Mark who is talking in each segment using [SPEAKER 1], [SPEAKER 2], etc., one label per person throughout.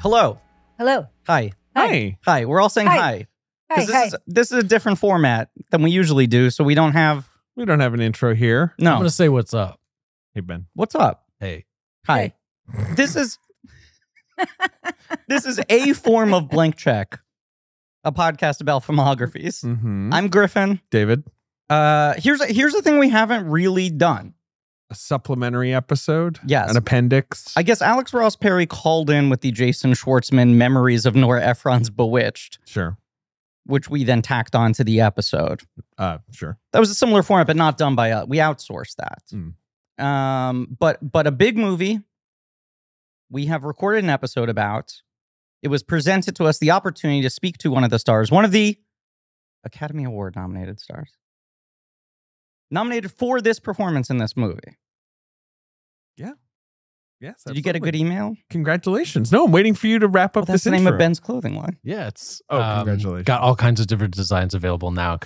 [SPEAKER 1] Hello.
[SPEAKER 2] Hello.
[SPEAKER 1] Hi.
[SPEAKER 2] Hi.
[SPEAKER 3] Hi.
[SPEAKER 1] Hi. We're all saying
[SPEAKER 2] Hi.
[SPEAKER 1] hi.
[SPEAKER 2] Hi.
[SPEAKER 1] 'Cause this,
[SPEAKER 2] hi.
[SPEAKER 1] Is, this is a different format than we usually do, so we don't have
[SPEAKER 3] We don't have an intro here.
[SPEAKER 1] no.
[SPEAKER 4] I'm gonna say what's up.
[SPEAKER 3] Hey, Ben.
[SPEAKER 1] What's up?
[SPEAKER 4] Hey,
[SPEAKER 1] Hi. This is This is a form of blank check. A podcast about filmographies.
[SPEAKER 3] Mm-hmm.
[SPEAKER 1] I'm Griffin.
[SPEAKER 3] David.
[SPEAKER 1] Uh here's a, here's a thing we haven't really done.
[SPEAKER 3] A supplementary episode.
[SPEAKER 1] Yes.
[SPEAKER 3] An appendix.
[SPEAKER 1] I guess Alex Ross Perry called in with the Jason Schwartzman memories of Nora Ephron's Bewitched,
[SPEAKER 3] sure.
[SPEAKER 1] which we then tacked onto the episode.
[SPEAKER 3] Uh, sure.
[SPEAKER 1] that was a similar format, but not done by us. We outsourced that.
[SPEAKER 3] Mm.
[SPEAKER 1] Um, but but a big movie we have recorded an episode about. It was presented to us the opportunity to speak to one of the stars, one of the Academy Award nominated stars, nominated for this performance in this movie.
[SPEAKER 3] Yes.
[SPEAKER 1] Did you get a good
[SPEAKER 3] absolutely.
[SPEAKER 1] email?
[SPEAKER 3] e- Congratulations. No, I'm waiting for you to wrap up
[SPEAKER 1] Well, that's
[SPEAKER 3] this
[SPEAKER 1] the name
[SPEAKER 3] intro.
[SPEAKER 1] of Ben's clothing line.
[SPEAKER 4] yeah, it's
[SPEAKER 3] Oh, congratulations.
[SPEAKER 4] Um, Got all kinds of different designs available now. at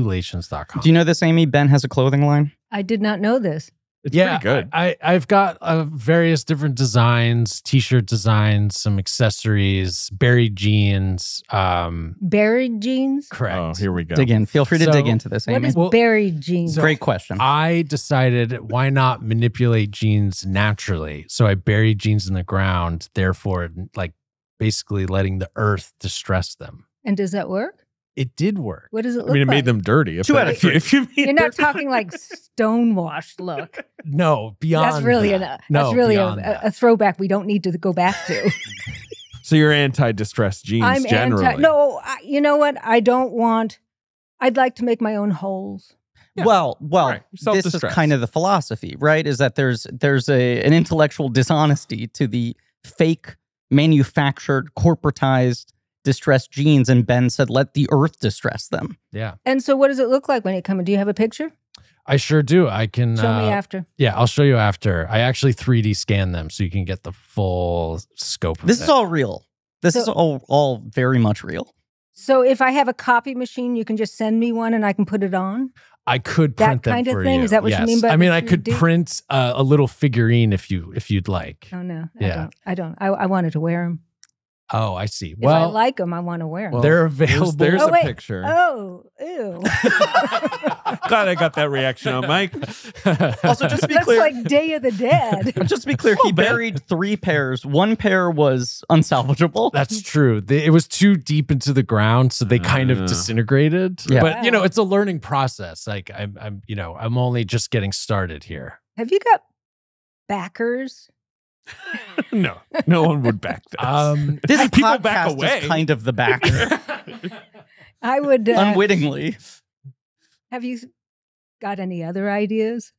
[SPEAKER 4] Congratulations.com.
[SPEAKER 1] Do you know this, Amy? Ben has a clothing line.
[SPEAKER 2] I did not know this.
[SPEAKER 3] It's
[SPEAKER 4] yeah,
[SPEAKER 3] pretty good.
[SPEAKER 4] I, I- I've got uh, various different designs, t-shirt designs, some accessories, buried jeans. Um,
[SPEAKER 2] Buried jeans?
[SPEAKER 4] correct.
[SPEAKER 3] Oh, here we go.
[SPEAKER 1] Dig in. Feel free to
[SPEAKER 4] So-
[SPEAKER 1] dig into this,
[SPEAKER 2] What
[SPEAKER 1] Amy.
[SPEAKER 2] is
[SPEAKER 4] Well,
[SPEAKER 2] buried jeans?
[SPEAKER 4] so-
[SPEAKER 1] Great question.
[SPEAKER 4] I decided why not manipulate genes naturally? So I buried genes in the ground, therefore, like basically letting the earth distress them.
[SPEAKER 2] and does that work?
[SPEAKER 4] It did work.
[SPEAKER 2] What does it
[SPEAKER 3] I
[SPEAKER 2] look
[SPEAKER 3] mean, it
[SPEAKER 2] like?
[SPEAKER 3] made them dirty. If
[SPEAKER 1] Two
[SPEAKER 3] that-
[SPEAKER 1] out of
[SPEAKER 3] if you-
[SPEAKER 1] three.
[SPEAKER 3] If you mean
[SPEAKER 2] You're not
[SPEAKER 3] they're-
[SPEAKER 2] talking like stonewashed look.
[SPEAKER 4] No, beyond
[SPEAKER 2] That's really
[SPEAKER 4] that.
[SPEAKER 2] an, uh,
[SPEAKER 4] No,
[SPEAKER 2] that's really a,
[SPEAKER 4] beyond that.
[SPEAKER 2] a throwback we don't need to go back to.
[SPEAKER 3] So you're anti-distress jeans
[SPEAKER 2] I'm
[SPEAKER 3] generally.
[SPEAKER 2] anti. No, I, you know what? I don't want. I'd like to make my own holes.
[SPEAKER 3] Yeah.
[SPEAKER 1] Well, well,
[SPEAKER 3] Right.
[SPEAKER 1] this is
[SPEAKER 3] Self-distress.
[SPEAKER 1] kind of the philosophy, right? Is that there's there's a an intellectual dishonesty to the fake, manufactured, corporatized distressed genes, and Ben said, "Let the earth distress them."
[SPEAKER 4] Yeah,
[SPEAKER 2] And so, what does it look like when it comes? Do you have a picture?
[SPEAKER 4] I sure do. I can.
[SPEAKER 2] Show me
[SPEAKER 4] uh,
[SPEAKER 2] after.
[SPEAKER 4] Yeah, I'll show you after. I actually 3D scan them so you can get the full scope. Of
[SPEAKER 1] This is
[SPEAKER 4] it.
[SPEAKER 1] all real. This
[SPEAKER 2] So-
[SPEAKER 1] is all all very much real.
[SPEAKER 2] So, if I have a copy machine, you can just send me one, and I can put it on.
[SPEAKER 4] I could
[SPEAKER 2] that
[SPEAKER 4] print them
[SPEAKER 2] kind of
[SPEAKER 4] for
[SPEAKER 2] thing?
[SPEAKER 4] you.
[SPEAKER 2] Is that what you
[SPEAKER 4] Yes.
[SPEAKER 2] mean by
[SPEAKER 4] I mean,
[SPEAKER 2] the
[SPEAKER 4] I could
[SPEAKER 2] 3D?
[SPEAKER 4] print uh, a little figurine if you if you'd like.
[SPEAKER 2] Oh no,
[SPEAKER 4] Yeah.
[SPEAKER 2] I don't. I don't. I, I wanted to wear them.
[SPEAKER 4] Oh, I see.
[SPEAKER 2] If I
[SPEAKER 4] Well,
[SPEAKER 2] like them, I want to wear them.
[SPEAKER 3] Well,
[SPEAKER 4] they're
[SPEAKER 3] There's-
[SPEAKER 4] available.
[SPEAKER 3] There's,
[SPEAKER 2] Oh,
[SPEAKER 3] a
[SPEAKER 2] wait.
[SPEAKER 3] picture.
[SPEAKER 2] oh, ew.
[SPEAKER 3] Glad I got that reaction on Mike.
[SPEAKER 1] Also, just to be
[SPEAKER 2] That's
[SPEAKER 1] clear,
[SPEAKER 2] like Day of the Dead.
[SPEAKER 1] just to be clear, he buried three pairs. One pair was unsalvageable.
[SPEAKER 4] That's true. They, it was too deep into the ground, so they kind
[SPEAKER 3] Ah.
[SPEAKER 4] of disintegrated.
[SPEAKER 1] Yeah.
[SPEAKER 4] But you know, it's a learning process. Like I'm, I'm, you know, I'm only just getting started here.
[SPEAKER 2] have you got backers?
[SPEAKER 3] no, no one would back this.
[SPEAKER 4] Um,
[SPEAKER 1] This
[SPEAKER 3] People
[SPEAKER 1] podcast
[SPEAKER 3] back away.
[SPEAKER 1] is kind of the back,
[SPEAKER 2] I would. Uh,
[SPEAKER 1] unwittingly.
[SPEAKER 2] have you got any other ideas?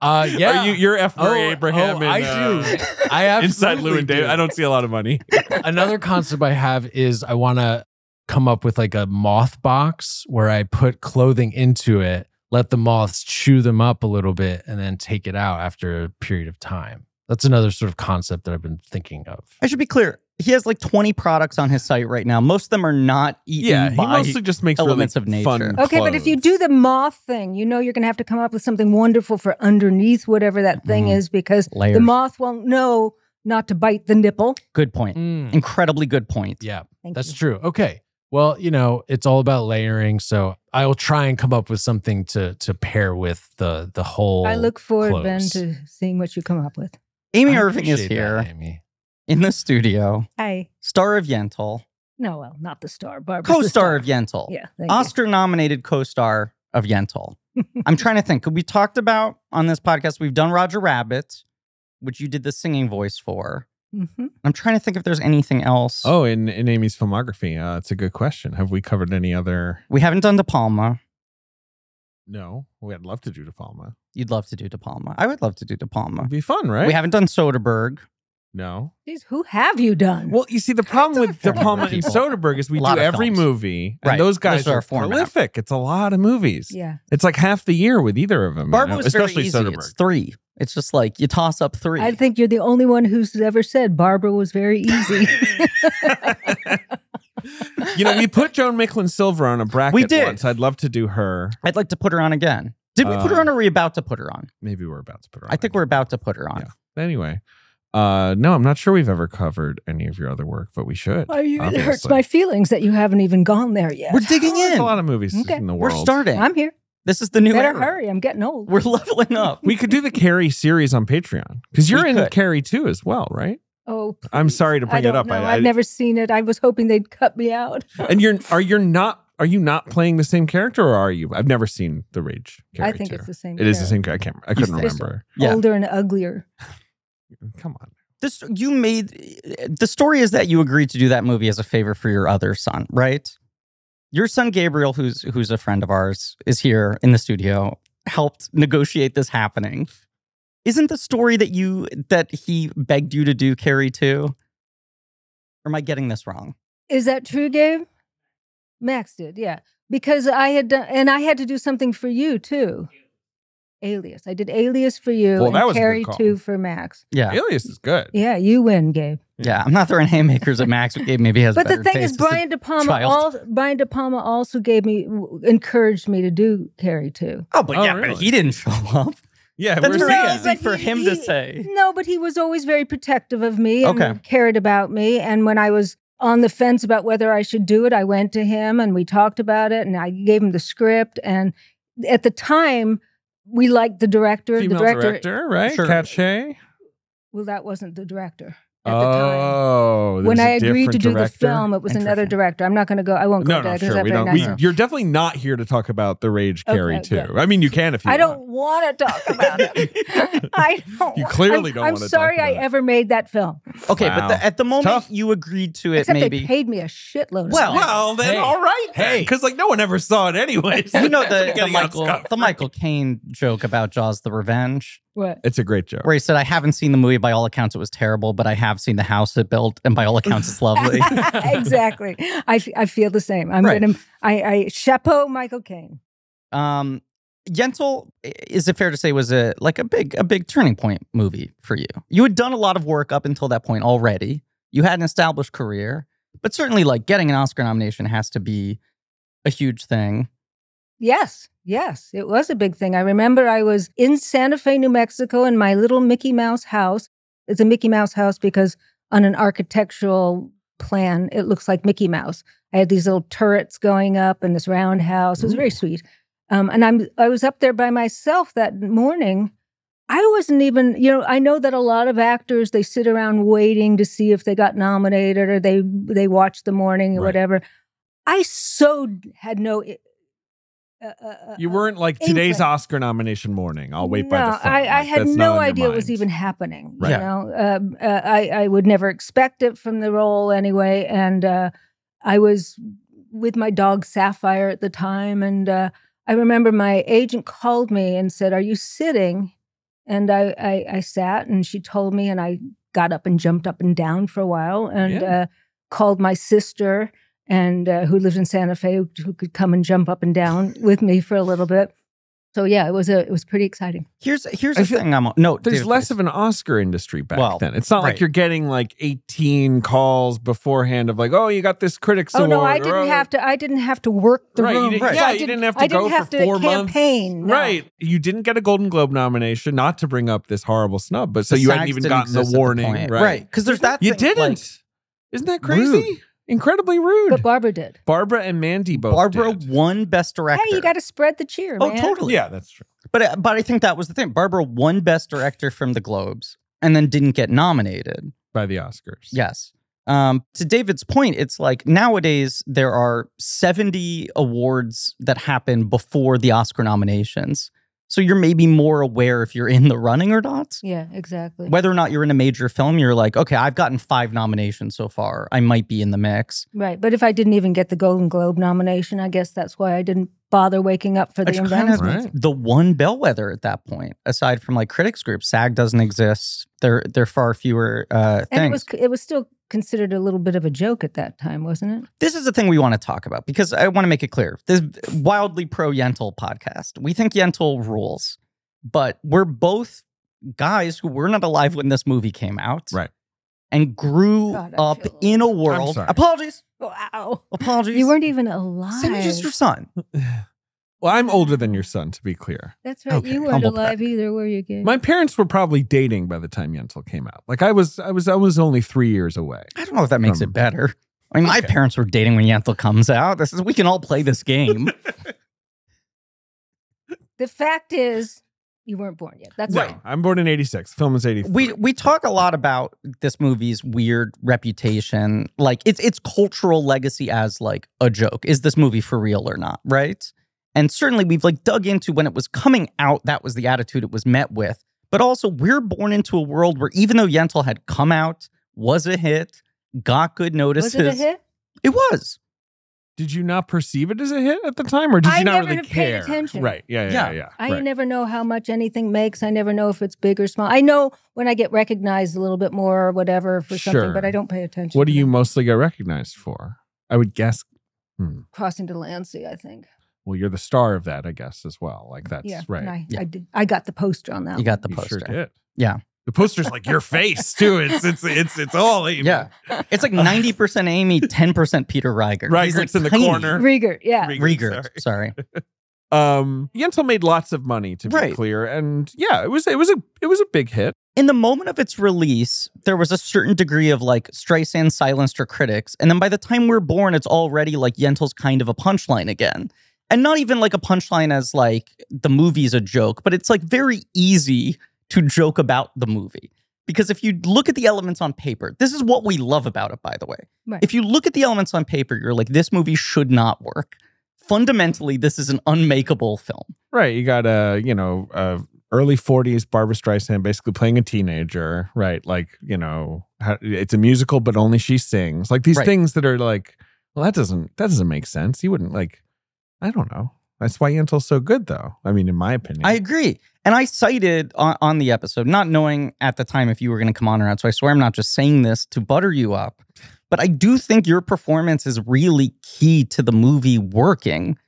[SPEAKER 4] uh, yeah.
[SPEAKER 3] Are you, you're F. Murray
[SPEAKER 4] Oh,
[SPEAKER 3] Abraham.
[SPEAKER 4] oh,
[SPEAKER 3] and,
[SPEAKER 4] I
[SPEAKER 3] uh,
[SPEAKER 4] do. I absolutely
[SPEAKER 3] Inside Lou and Dave.
[SPEAKER 4] do.
[SPEAKER 3] I don't see a lot of money.
[SPEAKER 4] Another concept I have is I want to come up with like a moth box where I put clothing into it, let the moths chew them up a little bit, and then take it out after a period of time. That's another sort of concept that I've been thinking of.
[SPEAKER 1] I should be clear. He has like 20 products on his site right now. Most of them are not eaten
[SPEAKER 3] Yeah, he
[SPEAKER 1] by
[SPEAKER 3] mostly just makes
[SPEAKER 1] elements
[SPEAKER 3] really
[SPEAKER 1] of nature.
[SPEAKER 3] fun.
[SPEAKER 2] Okay, but if you do the moth thing, you know you're going to have to come up with something wonderful for underneath whatever that thing
[SPEAKER 1] Mhm.
[SPEAKER 2] is because
[SPEAKER 1] layers.
[SPEAKER 2] the moth won't know not to bite the nipple.
[SPEAKER 1] Good point. Incredibly good point.
[SPEAKER 4] Mm. Yeah,
[SPEAKER 2] Mm. Thank
[SPEAKER 4] that's
[SPEAKER 2] you.
[SPEAKER 4] true. Okay. Well, you know, it's all about layering, so I will try and come up with something to to pair with the the whole.
[SPEAKER 2] I look forward, Ben,
[SPEAKER 4] close.
[SPEAKER 2] to seeing what you come up with.
[SPEAKER 1] Amy
[SPEAKER 4] I
[SPEAKER 1] Irving is
[SPEAKER 4] appreciate
[SPEAKER 1] here
[SPEAKER 4] that, Amy.
[SPEAKER 1] in the studio,
[SPEAKER 2] Hi.
[SPEAKER 1] star of Yentl,
[SPEAKER 2] No, well, not the star, Barbara.
[SPEAKER 1] co star of Yentl,
[SPEAKER 2] Yeah. Thank you.
[SPEAKER 1] Oscar nominated co star of Yentl. I'm trying to think. We talked about on this podcast, we've done Roger Rabbit, which you did the singing voice for.
[SPEAKER 2] Mhm.
[SPEAKER 1] I'm trying to think if there's anything else.
[SPEAKER 3] Oh, in, in Amy's filmography, uh, it's a good question. Have we covered any other?
[SPEAKER 1] We haven't done De Palma.
[SPEAKER 3] No, we'd love to do De Palma.
[SPEAKER 1] You'd love to do De Palma. I would love to do De Palma.
[SPEAKER 3] It'd be fun, right?
[SPEAKER 1] We haven't done Soderbergh.
[SPEAKER 3] no.
[SPEAKER 2] Jeez, who have you done?
[SPEAKER 3] Well, you see, the problem with De
[SPEAKER 1] different
[SPEAKER 3] Palma and
[SPEAKER 1] people.
[SPEAKER 3] Soderbergh is we
[SPEAKER 1] A lot
[SPEAKER 3] do
[SPEAKER 1] of
[SPEAKER 3] every
[SPEAKER 1] films.
[SPEAKER 3] movie, and
[SPEAKER 1] Right.
[SPEAKER 3] those
[SPEAKER 1] This
[SPEAKER 3] guys
[SPEAKER 1] is our
[SPEAKER 3] are
[SPEAKER 1] format.
[SPEAKER 3] prolific. It's a lot of movies.
[SPEAKER 2] yeah.
[SPEAKER 3] It's like half the year with either of them.
[SPEAKER 1] Barbara
[SPEAKER 3] you know,
[SPEAKER 1] was
[SPEAKER 3] especially
[SPEAKER 1] very easy.
[SPEAKER 3] Soderbergh.
[SPEAKER 1] It's three. It's just like you toss up three.
[SPEAKER 2] I think you're the only one who's ever said Barbara was very easy.
[SPEAKER 3] you know, we put Joan Micklin Silver on a bracket
[SPEAKER 1] We did.
[SPEAKER 3] once. I'd love to do her.
[SPEAKER 1] I'd like to put her on again. Did we put her
[SPEAKER 3] Um,
[SPEAKER 1] on or are we about to put her on?
[SPEAKER 3] Maybe we're about to put her on.
[SPEAKER 1] I think
[SPEAKER 3] again.
[SPEAKER 1] we're about to put her on.
[SPEAKER 3] Anyway, Uh, no, I'm not sure we've ever covered any of your other work, but we should.
[SPEAKER 2] I mean, it hurts
[SPEAKER 3] obviously.
[SPEAKER 2] my feelings that you haven't even gone there yet.
[SPEAKER 1] We're digging
[SPEAKER 3] There's
[SPEAKER 1] in.
[SPEAKER 3] a lot of movies
[SPEAKER 2] Okay.
[SPEAKER 3] in the
[SPEAKER 1] We're
[SPEAKER 3] world.
[SPEAKER 1] starting.
[SPEAKER 2] I'm here.
[SPEAKER 1] this is the new
[SPEAKER 2] Better
[SPEAKER 1] era.
[SPEAKER 2] hurry. I'm getting old.
[SPEAKER 1] We're leveling up.
[SPEAKER 3] We could do the Carrie series on Patreon because you're
[SPEAKER 1] We
[SPEAKER 3] in
[SPEAKER 1] could.
[SPEAKER 3] Carrie too as well, right?
[SPEAKER 2] oh,
[SPEAKER 3] I'm sorry to bring
[SPEAKER 2] I don't
[SPEAKER 3] it up.
[SPEAKER 2] Know. I, have never seen it. I was hoping they'd cut me out.
[SPEAKER 3] and you're are you not are you not playing the same character or are you? I've never seen the Rage. Carrie
[SPEAKER 2] I think
[SPEAKER 3] too.
[SPEAKER 2] it's the same.
[SPEAKER 3] It is the
[SPEAKER 2] character.
[SPEAKER 3] same. guy. I can't. I couldn't
[SPEAKER 2] think so?
[SPEAKER 3] remember.
[SPEAKER 1] Yeah.
[SPEAKER 2] Older and uglier.
[SPEAKER 3] Come on.
[SPEAKER 1] This you made the story is that you agreed to do that movie as a favor for your other son, right? Your son Gabriel, who's who's a friend of ours, is here in the studio, helped negotiate this happening. Isn't the story that you that he begged you to do Carrie too? Or am I getting this wrong?
[SPEAKER 2] Is that true, Gabe? Max did, yeah. Because I had done, and I had to do something for you too. Alias. I did Alias for you.
[SPEAKER 3] Well,
[SPEAKER 2] and
[SPEAKER 3] that was a good
[SPEAKER 2] Carrie
[SPEAKER 3] call.
[SPEAKER 2] too for Max.
[SPEAKER 1] Yeah.
[SPEAKER 3] Alias is good.
[SPEAKER 2] Yeah, you win, Gabe.
[SPEAKER 1] Yeah, I'm not throwing haymakers at Max. Gabe maybe has.
[SPEAKER 2] But the
[SPEAKER 1] better
[SPEAKER 2] thing is,
[SPEAKER 1] taste. It's a-
[SPEAKER 2] Brian De Palma,
[SPEAKER 1] child.
[SPEAKER 2] also, Brian De Palma also gave me, w- encouraged me to do Carrie too.
[SPEAKER 1] Oh, but
[SPEAKER 3] Oh,
[SPEAKER 1] yeah,
[SPEAKER 3] really?
[SPEAKER 1] but he didn't show up.
[SPEAKER 3] Yeah,
[SPEAKER 1] That's
[SPEAKER 3] we're
[SPEAKER 1] very
[SPEAKER 2] No,
[SPEAKER 3] seeing-
[SPEAKER 1] easy
[SPEAKER 2] but
[SPEAKER 1] for
[SPEAKER 2] he-
[SPEAKER 1] him to
[SPEAKER 2] he-
[SPEAKER 1] say.
[SPEAKER 2] No, but he was always very protective of me and
[SPEAKER 1] Okay.
[SPEAKER 2] cared about me. And when I was on the fence about whether I should do it, I went to him and we talked about it and I gave him the script. And at the time, we liked the director.
[SPEAKER 3] female
[SPEAKER 2] the director,
[SPEAKER 3] right?
[SPEAKER 1] Sure.
[SPEAKER 3] Kat Shea.
[SPEAKER 2] Well, that wasn't the director at the time.
[SPEAKER 3] Oh,
[SPEAKER 2] When
[SPEAKER 3] there's
[SPEAKER 2] I
[SPEAKER 3] a
[SPEAKER 2] agreed to
[SPEAKER 3] different
[SPEAKER 2] do
[SPEAKER 3] director?
[SPEAKER 2] the film, it was another
[SPEAKER 1] Interesting.
[SPEAKER 2] director. I'm not going to go. I won't go
[SPEAKER 3] No,
[SPEAKER 2] to that
[SPEAKER 3] no,
[SPEAKER 2] 'cause
[SPEAKER 3] sure.
[SPEAKER 2] that
[SPEAKER 3] We
[SPEAKER 2] very
[SPEAKER 3] don't. We,
[SPEAKER 2] nice.
[SPEAKER 3] you're definitely not here to talk about the Rage
[SPEAKER 2] Okay,
[SPEAKER 3] Carrie too.
[SPEAKER 2] good.
[SPEAKER 3] I mean, you can if you.
[SPEAKER 2] I
[SPEAKER 3] want.
[SPEAKER 2] don't want to talk about it. I don't.
[SPEAKER 3] You
[SPEAKER 2] wa-
[SPEAKER 3] clearly
[SPEAKER 2] I'm,
[SPEAKER 3] don't
[SPEAKER 2] I'm
[SPEAKER 3] wanna talk
[SPEAKER 2] sorry I
[SPEAKER 3] about it.
[SPEAKER 2] ever made that film.
[SPEAKER 1] Okay, but
[SPEAKER 3] Wow.
[SPEAKER 1] the, at the moment
[SPEAKER 3] tough.
[SPEAKER 1] you agreed to it,
[SPEAKER 2] Except
[SPEAKER 1] maybe
[SPEAKER 2] they paid me a shitload. Of
[SPEAKER 1] Well,
[SPEAKER 2] money.
[SPEAKER 3] Well, then,
[SPEAKER 4] Hey.
[SPEAKER 3] all right. Hey,
[SPEAKER 4] Hey.
[SPEAKER 3] because like no one ever saw it anyways.
[SPEAKER 1] you know the, the
[SPEAKER 3] Getting out
[SPEAKER 1] Michael
[SPEAKER 3] scot-free.
[SPEAKER 1] the Michael Caine joke about Jaws: The Revenge,
[SPEAKER 2] what?
[SPEAKER 3] It's a great joke.
[SPEAKER 1] where he said, "I haven't seen the movie. By all accounts, it was terrible, but I have seen the house it built, and by all accounts, it's lovely."
[SPEAKER 2] exactly. I, f- I feel the same. I'm
[SPEAKER 1] Right.
[SPEAKER 2] gonna I, I chapeau Michael Caine.
[SPEAKER 1] um, Yentl, i- is it fair to say, was a like a big a big turning point movie for you? You had done a lot of work up until that point already. You had an established career, but certainly, like getting an Oscar nomination has to be a huge thing.
[SPEAKER 2] Yes, yes, it was a big thing. I remember I was in Santa Fe, New Mexico, in my little Mickey Mouse house. It's a Mickey Mouse house because on an architectural plan, it looks like Mickey Mouse. I had these little turrets going up and this round house. It was
[SPEAKER 3] Mm.
[SPEAKER 2] very sweet. Um, and I'm I was up there by myself that morning. I wasn't even, you know, I know that a lot of actors they sit around waiting to see if they got nominated or they they watch the morning or
[SPEAKER 3] Right.
[SPEAKER 2] whatever. I so had no. i- Uh, uh,
[SPEAKER 3] You
[SPEAKER 2] uh,
[SPEAKER 3] weren't like today's
[SPEAKER 2] England.
[SPEAKER 3] Oscar nomination morning. I'll wait
[SPEAKER 2] no,
[SPEAKER 3] by the phone.
[SPEAKER 2] I, I
[SPEAKER 3] Like,
[SPEAKER 2] had
[SPEAKER 3] that's not
[SPEAKER 2] no
[SPEAKER 3] on your
[SPEAKER 2] idea it was
[SPEAKER 3] mind.
[SPEAKER 2] even happening.
[SPEAKER 3] Right.
[SPEAKER 2] You
[SPEAKER 1] Yeah.
[SPEAKER 2] know, um, uh, I I would never expect it from the role anyway, and uh, I was with my dog Sapphire at the time, and uh, I remember my agent called me and said, "Are you sitting?" And I I, I sat, and she told me, and I got up and jumped up and down for a while, and
[SPEAKER 3] Yeah.
[SPEAKER 2] uh, called my sister. And uh, who lives in Santa Fe, who, who could come and jump up and down with me for a little bit. So yeah, it was a it was pretty exciting.
[SPEAKER 1] Here's here's
[SPEAKER 3] I
[SPEAKER 1] the
[SPEAKER 3] feel-
[SPEAKER 1] thing. I'm no.
[SPEAKER 3] There's
[SPEAKER 1] David,
[SPEAKER 3] less
[SPEAKER 1] please.
[SPEAKER 3] of an Oscar industry back
[SPEAKER 1] Well,
[SPEAKER 3] then. It's not
[SPEAKER 1] right.
[SPEAKER 3] like you're getting like 18 calls beforehand of like, oh, you got this critics
[SPEAKER 2] oh
[SPEAKER 3] award.
[SPEAKER 2] no, I
[SPEAKER 3] or,
[SPEAKER 2] didn't
[SPEAKER 3] oh,
[SPEAKER 2] have to. I didn't have to work the
[SPEAKER 3] Right, you
[SPEAKER 2] room.
[SPEAKER 3] didn't-
[SPEAKER 2] So
[SPEAKER 3] yeah,
[SPEAKER 2] I
[SPEAKER 3] you didn't have to
[SPEAKER 2] I didn't
[SPEAKER 3] go
[SPEAKER 2] have
[SPEAKER 3] for
[SPEAKER 2] to
[SPEAKER 3] four months.
[SPEAKER 2] campaign. no.
[SPEAKER 3] Right. You didn't get a Golden Globe nomination, not to bring up this horrible snub, but so
[SPEAKER 1] The
[SPEAKER 3] you hadn't
[SPEAKER 1] SAGs
[SPEAKER 3] even
[SPEAKER 1] didn't
[SPEAKER 3] gotten the
[SPEAKER 1] exist at
[SPEAKER 3] warning.
[SPEAKER 1] point.
[SPEAKER 3] right.
[SPEAKER 1] Right. Because there's that.
[SPEAKER 3] You
[SPEAKER 1] thing,
[SPEAKER 3] didn't.
[SPEAKER 1] like,
[SPEAKER 3] Isn't that crazy?
[SPEAKER 1] Rude.
[SPEAKER 3] Incredibly rude.
[SPEAKER 2] But Barbara did.
[SPEAKER 3] Barbara and Mandy both.
[SPEAKER 1] Barbara
[SPEAKER 3] did.
[SPEAKER 1] won Best Director.
[SPEAKER 2] Hey, you got to spread the cheer.
[SPEAKER 1] Oh,
[SPEAKER 2] man.
[SPEAKER 1] totally.
[SPEAKER 3] Yeah, that's true.
[SPEAKER 1] But but I think that was the thing. Barbara won Best Director from the Globes and then didn't get nominated.
[SPEAKER 3] By the Oscars.
[SPEAKER 1] Yes. Um, to David's point, it's like nowadays there are 70 awards that happen before the Oscar nominations. So you're maybe more aware if you're in the running or not.
[SPEAKER 2] Yeah, exactly.
[SPEAKER 1] Whether or not you're in a major film, you're like, okay, I've gotten five nominations so far. I might be in the mix.
[SPEAKER 2] Right, but if I didn't even get the Golden Globe nomination, I guess that's why I didn't bother waking up for the
[SPEAKER 1] It's kind of
[SPEAKER 2] announcement.
[SPEAKER 3] Right.
[SPEAKER 1] the one bellwether at that point, aside from like critics groups. SAG doesn't exist. There, there are far fewer uh,
[SPEAKER 2] and it
[SPEAKER 1] things.
[SPEAKER 2] was it was still considered a little bit of a joke at that time, wasn't it?
[SPEAKER 1] this is the thing we want to talk about because I want to make it clear. This wildly pro Yentl podcast. We think Yentl rules, but we're both guys who were not alive when this movie came out,
[SPEAKER 3] Right.
[SPEAKER 1] And grew
[SPEAKER 2] God, I
[SPEAKER 1] up
[SPEAKER 2] feel old.
[SPEAKER 1] in a
[SPEAKER 2] I'm
[SPEAKER 1] world.
[SPEAKER 3] sorry.
[SPEAKER 1] Apologies,
[SPEAKER 2] Wow,
[SPEAKER 1] apologies.
[SPEAKER 2] you weren't even alive.
[SPEAKER 1] Cindy's just your son.
[SPEAKER 3] Well, I'm older than your son, to be clear.
[SPEAKER 2] That's right.
[SPEAKER 3] Okay,
[SPEAKER 2] you weren't
[SPEAKER 3] humble
[SPEAKER 2] alive either, were you, Gabe?
[SPEAKER 3] My parents were probably dating by the time Yentl came out. Like I was, I was, I was only three years away.
[SPEAKER 1] I don't know if that makes
[SPEAKER 3] Um,
[SPEAKER 1] it better. I mean, my
[SPEAKER 3] okay.
[SPEAKER 1] parents were dating when Yentl comes out. This is we can all play this game.
[SPEAKER 2] the fact is, you weren't born yet. That's
[SPEAKER 3] No,
[SPEAKER 2] right.
[SPEAKER 3] I'm born in '86. Film is '83.
[SPEAKER 1] we we talk a lot about this movie's weird reputation, like its its cultural legacy as like a joke. Is this movie for real or not? Right? And certainly we've like dug into when it was coming out, that was the attitude it was met with. But also we're born into a world where even though Yentl had come out, was a hit, got good notices.
[SPEAKER 2] Was it a hit?
[SPEAKER 1] It was.
[SPEAKER 3] did you not perceive it as a hit at the time, or did
[SPEAKER 2] I
[SPEAKER 3] you not
[SPEAKER 2] never
[SPEAKER 3] really
[SPEAKER 2] paid
[SPEAKER 3] care?
[SPEAKER 2] attention.
[SPEAKER 3] Right? Yeah, yeah, yeah.
[SPEAKER 1] Yeah.
[SPEAKER 3] yeah.
[SPEAKER 2] I
[SPEAKER 3] right.
[SPEAKER 2] never know how much anything makes. I never know if it's big or small. I know when I get recognized a little bit more or whatever for something,
[SPEAKER 3] Sure.
[SPEAKER 2] but I don't pay attention.
[SPEAKER 3] What do
[SPEAKER 2] to
[SPEAKER 3] you
[SPEAKER 2] that.
[SPEAKER 3] mostly get recognized for? I would guess.
[SPEAKER 2] crossing Delancey? I think.
[SPEAKER 3] Well, you're the star of that, I guess, as well. Like that's
[SPEAKER 2] yeah,
[SPEAKER 3] right.
[SPEAKER 2] and I,
[SPEAKER 1] Yeah.
[SPEAKER 2] I did. I got the poster on that.
[SPEAKER 1] You got the
[SPEAKER 3] You
[SPEAKER 1] poster.
[SPEAKER 3] sure did.
[SPEAKER 1] Yeah.
[SPEAKER 3] The poster's like your face too. It's it's it's it's all Amy.
[SPEAKER 1] Yeah. It's like 90% Amy, 10% Peter Riger. He's, like,
[SPEAKER 3] Riger's in the
[SPEAKER 1] tiny.
[SPEAKER 3] corner.
[SPEAKER 2] one. Rieger. Yeah.
[SPEAKER 3] Rieger,
[SPEAKER 1] Riegert, sorry.
[SPEAKER 3] sorry. Um, Yentl made lots of money to be
[SPEAKER 1] Right.
[SPEAKER 3] clear, and yeah, it was it was a it was a big hit.
[SPEAKER 1] In the moment of its release, there was a certain degree of like Streisand silenced her critics. And then by the time we're born, it's already like Yentl's kind of a punchline again. And not even like a punchline as like the movie's a joke, but it's like very easy to joke about the movie. Because if you look at the elements on paper, this is what we love about it, by the way.
[SPEAKER 2] Right.
[SPEAKER 1] If you look at the elements on paper, you're like, this movie should not work. Fundamentally, this is an unmakeable film.
[SPEAKER 3] Right, you got a you know a early '40s Barbara Streisand basically playing a teenager, right? Like you know, how, it's a musical, but only she sings. Like these
[SPEAKER 1] Right.
[SPEAKER 3] things that are like, well, that doesn't that doesn't make sense. You wouldn't like, I don't know. That's why Yentl's so good, though. I mean, in my opinion,
[SPEAKER 1] I agree. And I cited on, on the episode, not knowing at the time if you were going to come on or not. So I swear I'm not just saying this to butter you up. But I do think your performance is really key to the movie working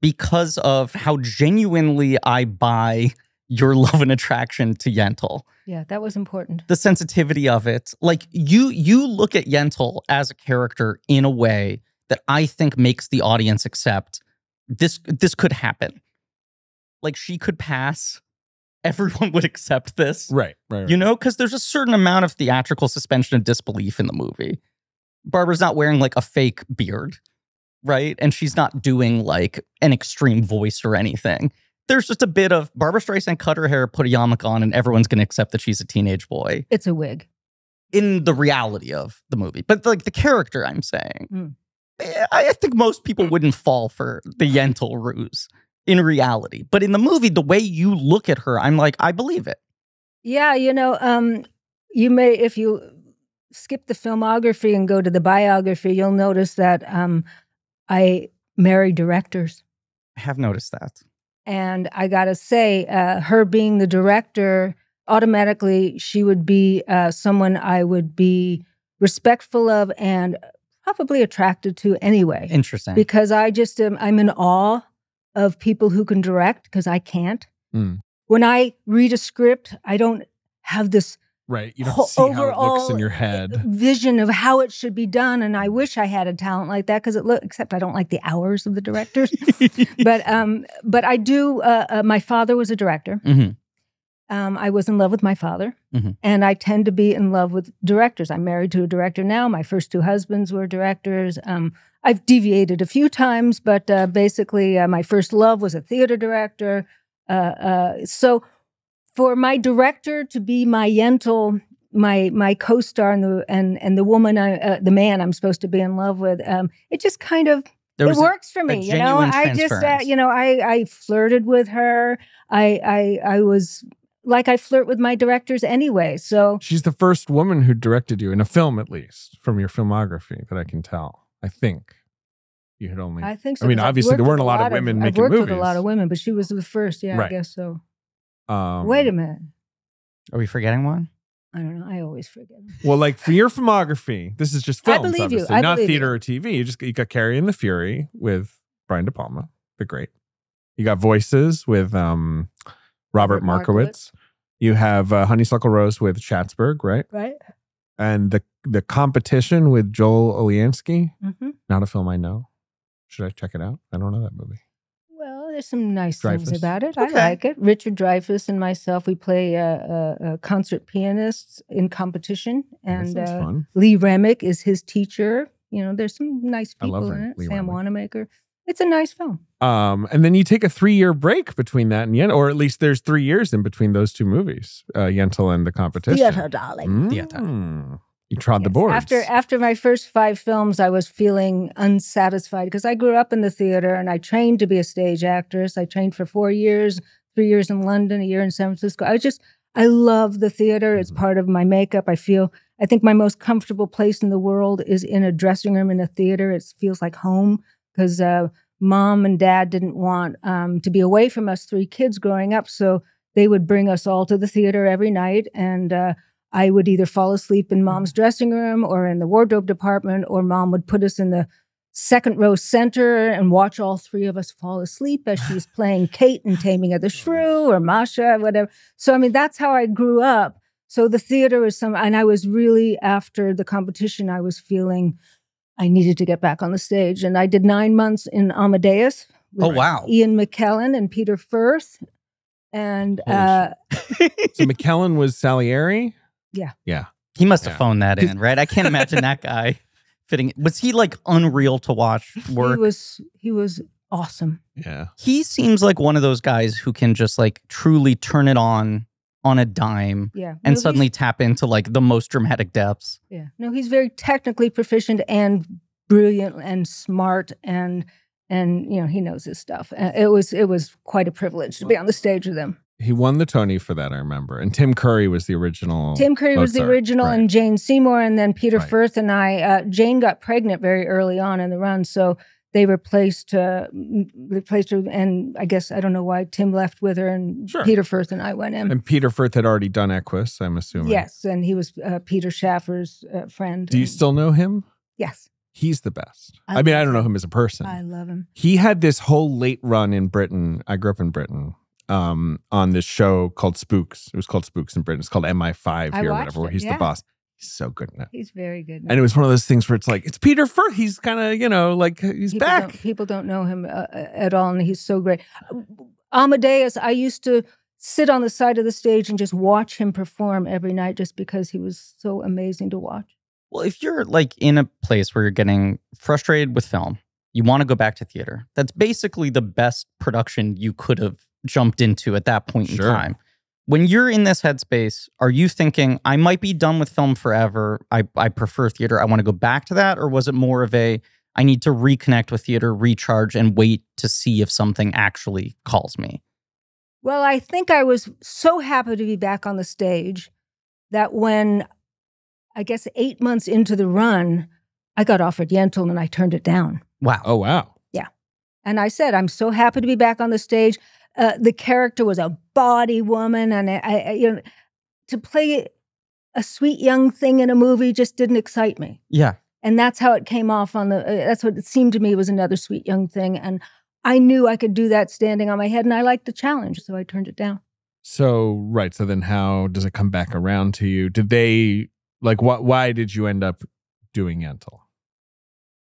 [SPEAKER 1] because of how genuinely I buy your love and attraction to Yentl
[SPEAKER 2] Yeah, that was important.
[SPEAKER 1] the sensitivity of it. Like you you look at Yentl as a character in a way that I think makes the audience accept this this could happen. Like she could pass. Everyone would accept this.
[SPEAKER 3] right, right, right.
[SPEAKER 1] You know, because there's a certain amount of theatrical suspension of disbelief in the movie. Barbara's not wearing like a fake beard, right? And she's not doing like an extreme voice or anything. There's just a bit of Barbara Streisand cut her hair, put a yarmulke on, and everyone's going to accept that she's a teenage boy
[SPEAKER 2] It's a wig.
[SPEAKER 1] in the reality of the movie. But like the character, I'm saying,
[SPEAKER 2] Mm.
[SPEAKER 1] Eh, I I think most people
[SPEAKER 2] Hmm.
[SPEAKER 1] wouldn't fall for the Yentl ruse in reality. But in the movie, the way you look at her, I'm like, I believe it.
[SPEAKER 2] Yeah, you know, um, you may if you skip the filmography and go to the biography, you'll notice that um, I marry directors,
[SPEAKER 1] I have noticed that.
[SPEAKER 2] and I gotta say, uh, her being the director, automatically she would be uh, someone I would be respectful of and probably attracted to anyway.
[SPEAKER 1] Interesting.
[SPEAKER 2] because I just am I'm in awe of people who can direct because I can't.
[SPEAKER 3] Mm.
[SPEAKER 2] When I read a script, I don't have this
[SPEAKER 3] right. You
[SPEAKER 2] Ho-
[SPEAKER 3] don't see how it looks in
[SPEAKER 2] overall,
[SPEAKER 3] your
[SPEAKER 1] uh,
[SPEAKER 3] head.
[SPEAKER 2] vision of how it should be done, and I wish I had a talent like that because it look. Except I don't like the hours of the directors, but um, but I do. Uh, uh, my father was a director.
[SPEAKER 1] Mhm.
[SPEAKER 2] Um, I was in love with my father,
[SPEAKER 1] Mhm.
[SPEAKER 2] and I tend to be in love with directors. I'm married to a director now. My first two husbands were directors. Um, I've deviated a few times, but uh, basically, uh, my first love was a theater director. Uh, uh, so, for my director to be my Yentl, my my co-star and the and and the woman, I, uh, the man I'm supposed to be in love with, um, it just kind of
[SPEAKER 1] There
[SPEAKER 2] it
[SPEAKER 1] was a-
[SPEAKER 2] works for me you know
[SPEAKER 1] genuine
[SPEAKER 2] i just uh,
[SPEAKER 1] transference.
[SPEAKER 2] you know i i flirted with her i i i was like i flirt with my directors anyway so
[SPEAKER 3] She's the first woman who directed you in a film, at least from your filmography that I can tell. I think you had only
[SPEAKER 2] i think so
[SPEAKER 3] I mean,
[SPEAKER 2] 'cause I've
[SPEAKER 3] obviously,
[SPEAKER 2] worked
[SPEAKER 3] there weren't
[SPEAKER 2] with
[SPEAKER 3] a lot of women
[SPEAKER 2] I've
[SPEAKER 3] making
[SPEAKER 2] worked with a lot
[SPEAKER 3] movies.
[SPEAKER 2] of women but she was the first yeah i
[SPEAKER 3] Right.
[SPEAKER 2] guess so
[SPEAKER 3] Um,
[SPEAKER 2] wait a minute
[SPEAKER 1] Are we forgetting one?
[SPEAKER 2] i don't know i always forget
[SPEAKER 3] Well, like for your filmography, this is just
[SPEAKER 2] I
[SPEAKER 3] films,
[SPEAKER 2] believe you.
[SPEAKER 3] obviously,
[SPEAKER 2] I
[SPEAKER 3] not
[SPEAKER 2] believe
[SPEAKER 3] theater
[SPEAKER 2] you.
[SPEAKER 3] or TV. You just you got Carrie and the Fury with Brian De Palma, the great. You got Voices with um,
[SPEAKER 2] Robert
[SPEAKER 3] Robert, Markowitz. You have uh, Honeysuckle Rose with Chatsberg, right?
[SPEAKER 2] right
[SPEAKER 3] And the the competition with Joel Oliansky.
[SPEAKER 2] mm-hmm.
[SPEAKER 3] Not a film I know. Should I check it out? I don't know that movie.
[SPEAKER 2] well there's some nice
[SPEAKER 3] Dreyfus?
[SPEAKER 2] things about it.
[SPEAKER 1] Okay.
[SPEAKER 2] I like it. Richard Dreyfuss and myself, we play uh, uh, uh, concert pianists in competition, and
[SPEAKER 3] Oh, that sounds
[SPEAKER 2] uh,
[SPEAKER 3] fun.
[SPEAKER 2] Lee Remick is his teacher. You know, there's some nice
[SPEAKER 3] I
[SPEAKER 2] people
[SPEAKER 3] love
[SPEAKER 2] in
[SPEAKER 3] Rem-
[SPEAKER 2] it.
[SPEAKER 3] Lee
[SPEAKER 2] Sam
[SPEAKER 3] Remick.
[SPEAKER 2] Wanamaker. It's a nice film.
[SPEAKER 3] Um, and then you take a three year break between that and Yentl, or at least there's three years in between those two movies, uh, Yentl and the competition.
[SPEAKER 2] darling.
[SPEAKER 1] Theater.
[SPEAKER 3] Mm. You trod the
[SPEAKER 2] Yes.
[SPEAKER 3] boards.
[SPEAKER 2] After e- after my first five films, I was feeling unsatisfied because I grew up in the theater and I trained to be a stage actress. I trained for four years, three years in London, a year in San Francisco. I was just I love the theater. It's
[SPEAKER 3] Mhm.
[SPEAKER 2] part of my makeup. I feel I think my most comfortable place in the world is in a dressing room in a theater. It feels like home because uh, mom and dad didn't want um, to be away from us three kids growing up, so they would bring us all to the theater every night and. Uh, I would either fall asleep
[SPEAKER 1] Hmm.
[SPEAKER 2] in mom's dressing room or in the wardrobe department, or mom would put us in the second row center and watch all three of us fall asleep as she's playing Kate and Taming of the Shrew or Masha, whatever. So, I mean, that's how I grew up. So the theater is some, and I was really after the competition, I was feeling I needed to get back on the stage. And I did nine months in Amadeus
[SPEAKER 1] Oh,
[SPEAKER 2] with
[SPEAKER 1] wow.
[SPEAKER 2] Ian McKellen and Peter Firth. And
[SPEAKER 1] Holy
[SPEAKER 2] uh,
[SPEAKER 3] so McKellen was Salieri.
[SPEAKER 1] He must have
[SPEAKER 3] Yeah.
[SPEAKER 1] phoned that in, right? I can't imagine that guy fitting. Was he like unreal to watch
[SPEAKER 2] he
[SPEAKER 1] work? He,
[SPEAKER 2] was he was awesome.
[SPEAKER 3] Yeah.
[SPEAKER 1] seems like one of those guys who can just like truly turn it on on a dime
[SPEAKER 2] Yeah.
[SPEAKER 1] and
[SPEAKER 2] No, he's-
[SPEAKER 1] suddenly tap into like the most dramatic depths.
[SPEAKER 2] Yeah. No, he's very technically proficient and brilliant and smart and and you know he knows his stuff. Uh, it was it was quite a privilege to be on the stage with him.
[SPEAKER 3] He won the Tony for that, I remember. And Tim Curry was the original.
[SPEAKER 2] Tim Curry was the
[SPEAKER 3] Oh, Mozart,
[SPEAKER 2] original,
[SPEAKER 3] right.
[SPEAKER 2] and Jane Seymour, and then Peter
[SPEAKER 3] Right.
[SPEAKER 2] Firth and I. Uh, Jane got pregnant very early on in the run, so they replaced uh, m- replaced her. And I guess I don't know why Tim left with her, and
[SPEAKER 3] Sure.
[SPEAKER 2] Peter Firth and I went in.
[SPEAKER 3] And Peter Firth had already done Equus, I'm assuming.
[SPEAKER 2] yes, and he was uh, Peter Schaffer's uh, friend.
[SPEAKER 3] Do you
[SPEAKER 2] and-
[SPEAKER 3] still know him?
[SPEAKER 2] Yes,
[SPEAKER 3] He's the best.
[SPEAKER 2] I
[SPEAKER 3] I, mean,
[SPEAKER 2] love
[SPEAKER 3] I don't know
[SPEAKER 2] him.
[SPEAKER 3] him as a person.
[SPEAKER 2] I love him.
[SPEAKER 3] he had this whole late run in Britain. I grew up in Britain. Um, on this show called Spooks. It was called Spooks in Britain. It's called MI5
[SPEAKER 2] I
[SPEAKER 3] here, or
[SPEAKER 2] watched
[SPEAKER 3] whatever. Where
[SPEAKER 2] it,
[SPEAKER 3] he's the
[SPEAKER 2] yeah.
[SPEAKER 3] boss. He's so good in it.
[SPEAKER 2] He's very good.
[SPEAKER 3] And it was one of those things where it's like it's Peter Firth. He's kind of you know like he's
[SPEAKER 2] people
[SPEAKER 3] back.
[SPEAKER 2] Don't, people don't know him uh, uh, at all, and he's so great. Amadeus, I used to sit on the side of the stage and just watch him perform every night, just because he was so amazing to watch.
[SPEAKER 1] Well, if you're like in a place where you're getting frustrated with film, you want to go back to theater. That's basically the best production you could have jumped into at that point
[SPEAKER 3] Sure.
[SPEAKER 1] in time. When you're in this headspace, are you thinking, I might be done with film forever? I, I prefer theater. I want to go back to that. Or was it more of a, I need to reconnect with theater, recharge, and wait to see if something actually calls me?
[SPEAKER 2] Well, I think I was so happy to be back on the stage that when I guess eight months into the run, I got offered Yentl and I turned it down.
[SPEAKER 1] Wow.
[SPEAKER 3] Oh wow.
[SPEAKER 2] And I said, I'm so happy to be back on the stage. Uh, the character was a body woman, and I, I, I- you know, to play a sweet young thing in a movie just didn't excite me.
[SPEAKER 1] Yeah.
[SPEAKER 2] And that's how it came off on the. Uh, that's what it seemed to me was another sweet young thing, and I knew I could do that standing on my head, and I liked the challenge, so I turned it down.
[SPEAKER 3] So right. So then how does it come back around to you? Did they like what? Why did you end up doing Yentl?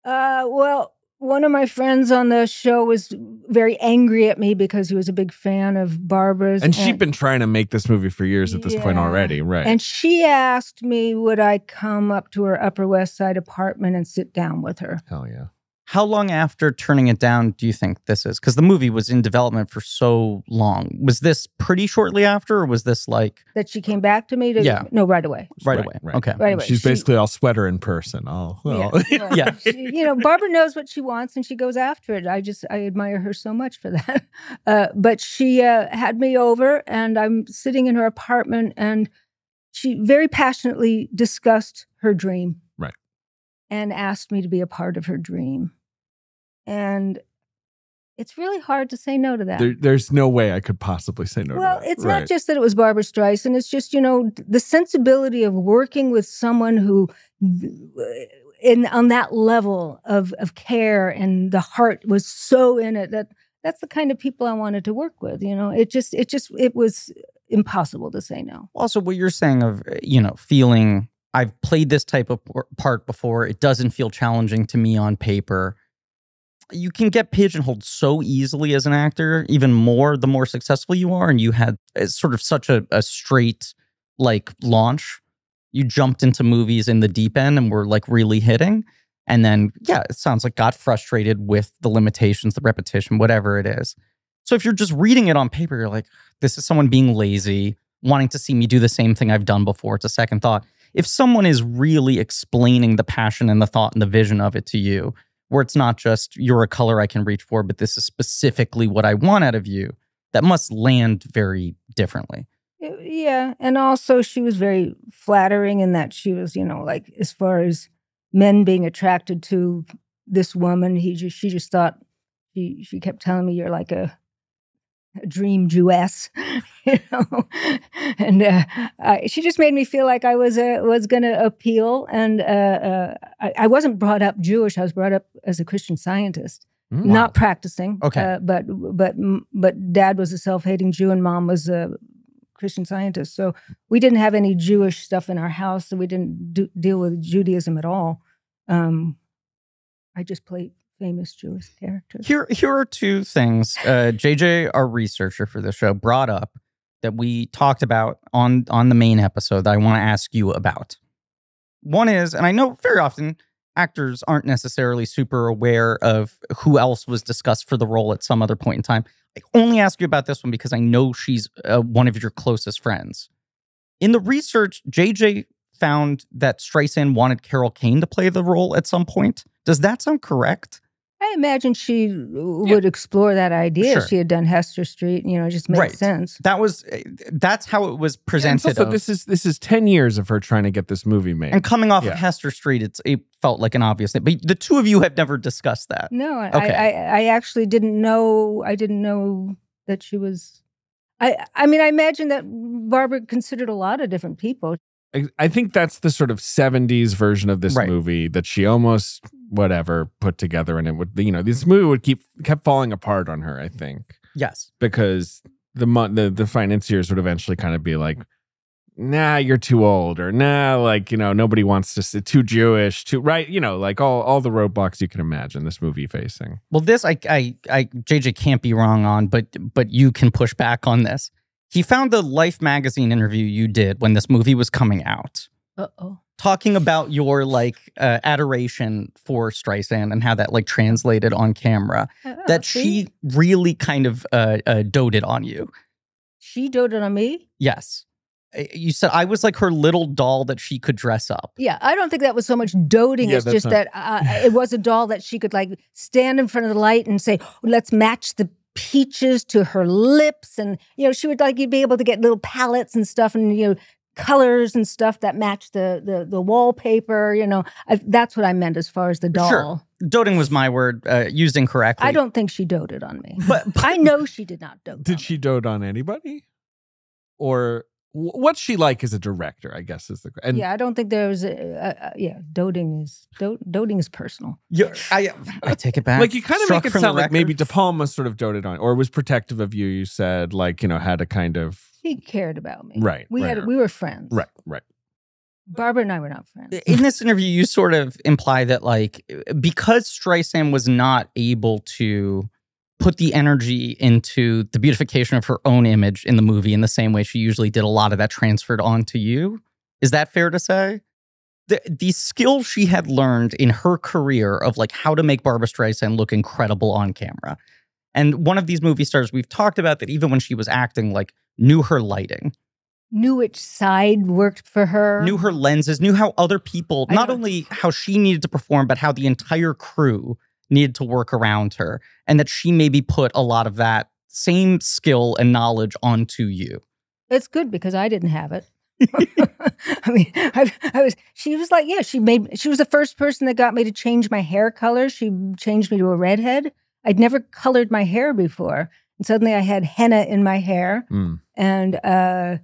[SPEAKER 2] Uh, well, one of my friends on the show was very angry at me because he was a big fan of Barbara's,
[SPEAKER 3] And she'd been trying to make this movie for years at this point
[SPEAKER 2] Yeah.
[SPEAKER 3] already, right?
[SPEAKER 2] And she asked me, would I come up to her Upper West Side apartment and sit down with her?
[SPEAKER 3] Hell yeah.
[SPEAKER 1] How long after turning it down do you think this is? Because the movie was in development for so long. Was this pretty shortly after, or was this like
[SPEAKER 2] That she came back to me to
[SPEAKER 1] Yeah.
[SPEAKER 2] no right away.
[SPEAKER 1] right,
[SPEAKER 3] Right,
[SPEAKER 1] away?
[SPEAKER 3] right.
[SPEAKER 1] Okay.
[SPEAKER 2] Right away.
[SPEAKER 3] She's
[SPEAKER 2] She-
[SPEAKER 3] basically all sweater in person. All well.
[SPEAKER 2] Yeah.
[SPEAKER 1] Yeah.
[SPEAKER 2] She- you know, Barbara knows what she wants and she goes after it. I just, I admire her so much for that. Uh, but she uh, had me over and I'm sitting in her apartment and she very passionately discussed her dream.
[SPEAKER 3] Right.
[SPEAKER 2] And asked me to be a part of her dream. And it's really hard to say no to that.
[SPEAKER 3] There, there's no way I could possibly say no. to
[SPEAKER 2] Well,
[SPEAKER 3] that.
[SPEAKER 2] it's
[SPEAKER 3] Right.
[SPEAKER 2] not just that it was Barbara Streisand. It's just you know the sensibility of working with someone who, in on that level of of care and the heart was so in it that that's the kind of people I wanted to work with. You know, it just it just it was impossible to say no.
[SPEAKER 1] Also, what you're saying of uh, you know feeling I've played this type of por- part before. It doesn't feel challenging to me on paper. you can get pigeonholed so easily as an actor, even more the more successful you are. And you had it's sort of such a, a straight like launch. You jumped into movies in the deep end and were like really hitting. And then, yeah, it sounds like got frustrated with the limitations, the repetition, whatever it is. So if you're just reading it on paper, you're like, this is someone being lazy, wanting to see me do the same thing I've done before. It's a second thought. If someone is really explaining the passion and the thought and the vision of it to you, where it's not just you're a color I can reach for, but this is specifically what I want out of you, that must land very differently.
[SPEAKER 2] Yeah. And also, she was very flattering in that she was, you know, like as far as men being attracted to this woman, he just, she just thought, she, she kept telling me, you're like a, a dream Jewess, you know, and uh, I, she just made me feel like I was uh, was going to appeal, and uh, uh, I, I wasn't brought up Jewish. I was brought up as a Christian Scientist,
[SPEAKER 3] Mm.
[SPEAKER 1] Wow.
[SPEAKER 2] not practicing.
[SPEAKER 1] Okay.
[SPEAKER 2] uh, but but but Dad was a self hating Jew, and Mom was a Christian Scientist. So we didn't have any Jewish stuff in our house, so we didn't do, deal with Judaism at all. Um, I just played famous Jewish characters.
[SPEAKER 1] Here, here are two things uh, JJ, our researcher for the show, brought up that we talked about on on the main episode that I want to ask you about. One is, and I know very often actors aren't necessarily super aware of who else was discussed for the role at some other point in time. I only ask you about this one because I know she's uh, one of your closest friends. In the research, JJ found that Streisand wanted Carol Kane to play the role at some point. Does that sound correct?
[SPEAKER 2] I imagine she would explore that idea.
[SPEAKER 1] Sure.
[SPEAKER 2] She had done Hester Street, you know, it just made
[SPEAKER 1] Right.
[SPEAKER 2] sense.
[SPEAKER 1] That was eh, that's how it was
[SPEAKER 3] And it's
[SPEAKER 1] presented.
[SPEAKER 3] also,
[SPEAKER 1] of-
[SPEAKER 3] this is this is ten years of her trying to get this movie made.
[SPEAKER 1] and coming off
[SPEAKER 3] Yeah.
[SPEAKER 1] of Hester Street, it's it felt like an obvious thing. But the two of you have never discussed that.
[SPEAKER 2] No,
[SPEAKER 1] Okay.
[SPEAKER 2] I, I, I actually didn't know. I didn't know that she was. I, I mean, I imagine that Barbara considered a lot of different people.
[SPEAKER 3] I, I think that's the sort of 70s version of this
[SPEAKER 1] Right.
[SPEAKER 3] movie that she almost whatever put together and it would you know this movie would keep kept falling apart on her I think
[SPEAKER 1] Yes.
[SPEAKER 3] because the mon- the the financiers would eventually kind of be like nah you're too old or nah like you know nobody wants to see too Jewish too right you know like all all the roadblocks you can imagine this movie facing
[SPEAKER 1] Well, this I I I JJ can't be wrong on, but but you can push back on this. He found the Life magazine interview you did when this movie was coming out,
[SPEAKER 2] Uh oh.
[SPEAKER 1] talking about your like uh, adoration for Streisand and how that like translated on camera.
[SPEAKER 2] Uh,
[SPEAKER 3] Uh,
[SPEAKER 1] that she really kind of uh, uh, doted on you.
[SPEAKER 2] she doted on me.
[SPEAKER 1] Yes. Uh, You said I was like her little doll that she could dress up.
[SPEAKER 2] Yeah, I don't think that was so much doting.
[SPEAKER 3] Yeah,
[SPEAKER 2] it's
[SPEAKER 3] that's
[SPEAKER 2] just
[SPEAKER 3] not-
[SPEAKER 2] that uh, it was a doll that she could like stand in front of the light and say, "Let's match the peaches to her lips," and you know she would like you'd be able to get little palettes and stuff, and you know colors and stuff that match the the, the wallpaper. You know I, that's what I meant as far as the doll.
[SPEAKER 1] Sure. Doting was my word, uh, used incorrectly.
[SPEAKER 2] I don't think she doted on me.
[SPEAKER 1] But, but
[SPEAKER 2] I know she did not dote. on
[SPEAKER 3] did she
[SPEAKER 2] me.
[SPEAKER 3] dote on anybody or wh- what's she like as a director I guess is the and
[SPEAKER 2] yeah, I don't think there was. A, a, a, yeah, doting is do, doting is personal.
[SPEAKER 1] you- I, I take it back.
[SPEAKER 3] Like you kind of
[SPEAKER 1] Struck
[SPEAKER 3] make it
[SPEAKER 1] from the
[SPEAKER 3] sound like maybe De
[SPEAKER 1] record.
[SPEAKER 3] Palma sort of doted on, or was protective of you. You said like you know had a kind of
[SPEAKER 2] He cared about me.
[SPEAKER 3] Right,
[SPEAKER 2] We
[SPEAKER 3] right,
[SPEAKER 2] had
[SPEAKER 3] right.
[SPEAKER 2] we were friends.
[SPEAKER 3] right, right.
[SPEAKER 2] Barbara and I were not friends.
[SPEAKER 1] in this interview, you sort of imply that like because Streisand was not able to put the energy into the beautification of her own image in the movie in the same way she usually did, a lot of that transferred onto you. Is that fair to say? The, the skill she had learned in her career of like how to make Barbara Streisand look incredible on camera. And one of these movie stars we've talked about that even when she was acting, like knew her lighting
[SPEAKER 2] knew which side worked for her.
[SPEAKER 1] knew her lenses, knew how other people,
[SPEAKER 2] I
[SPEAKER 1] not
[SPEAKER 2] know.
[SPEAKER 1] only how she needed to perform, but how the entire crew needed to work around her, and that she maybe put a lot of that same skill and knowledge onto you.
[SPEAKER 2] It's good because I didn't have it. I mean, I, I was. She was like, yeah. She made. She was the first person that got me to change my hair color. She changed me to a redhead. I'd never colored my hair before, and suddenly I had henna in my hair.
[SPEAKER 3] Mm.
[SPEAKER 2] and uh,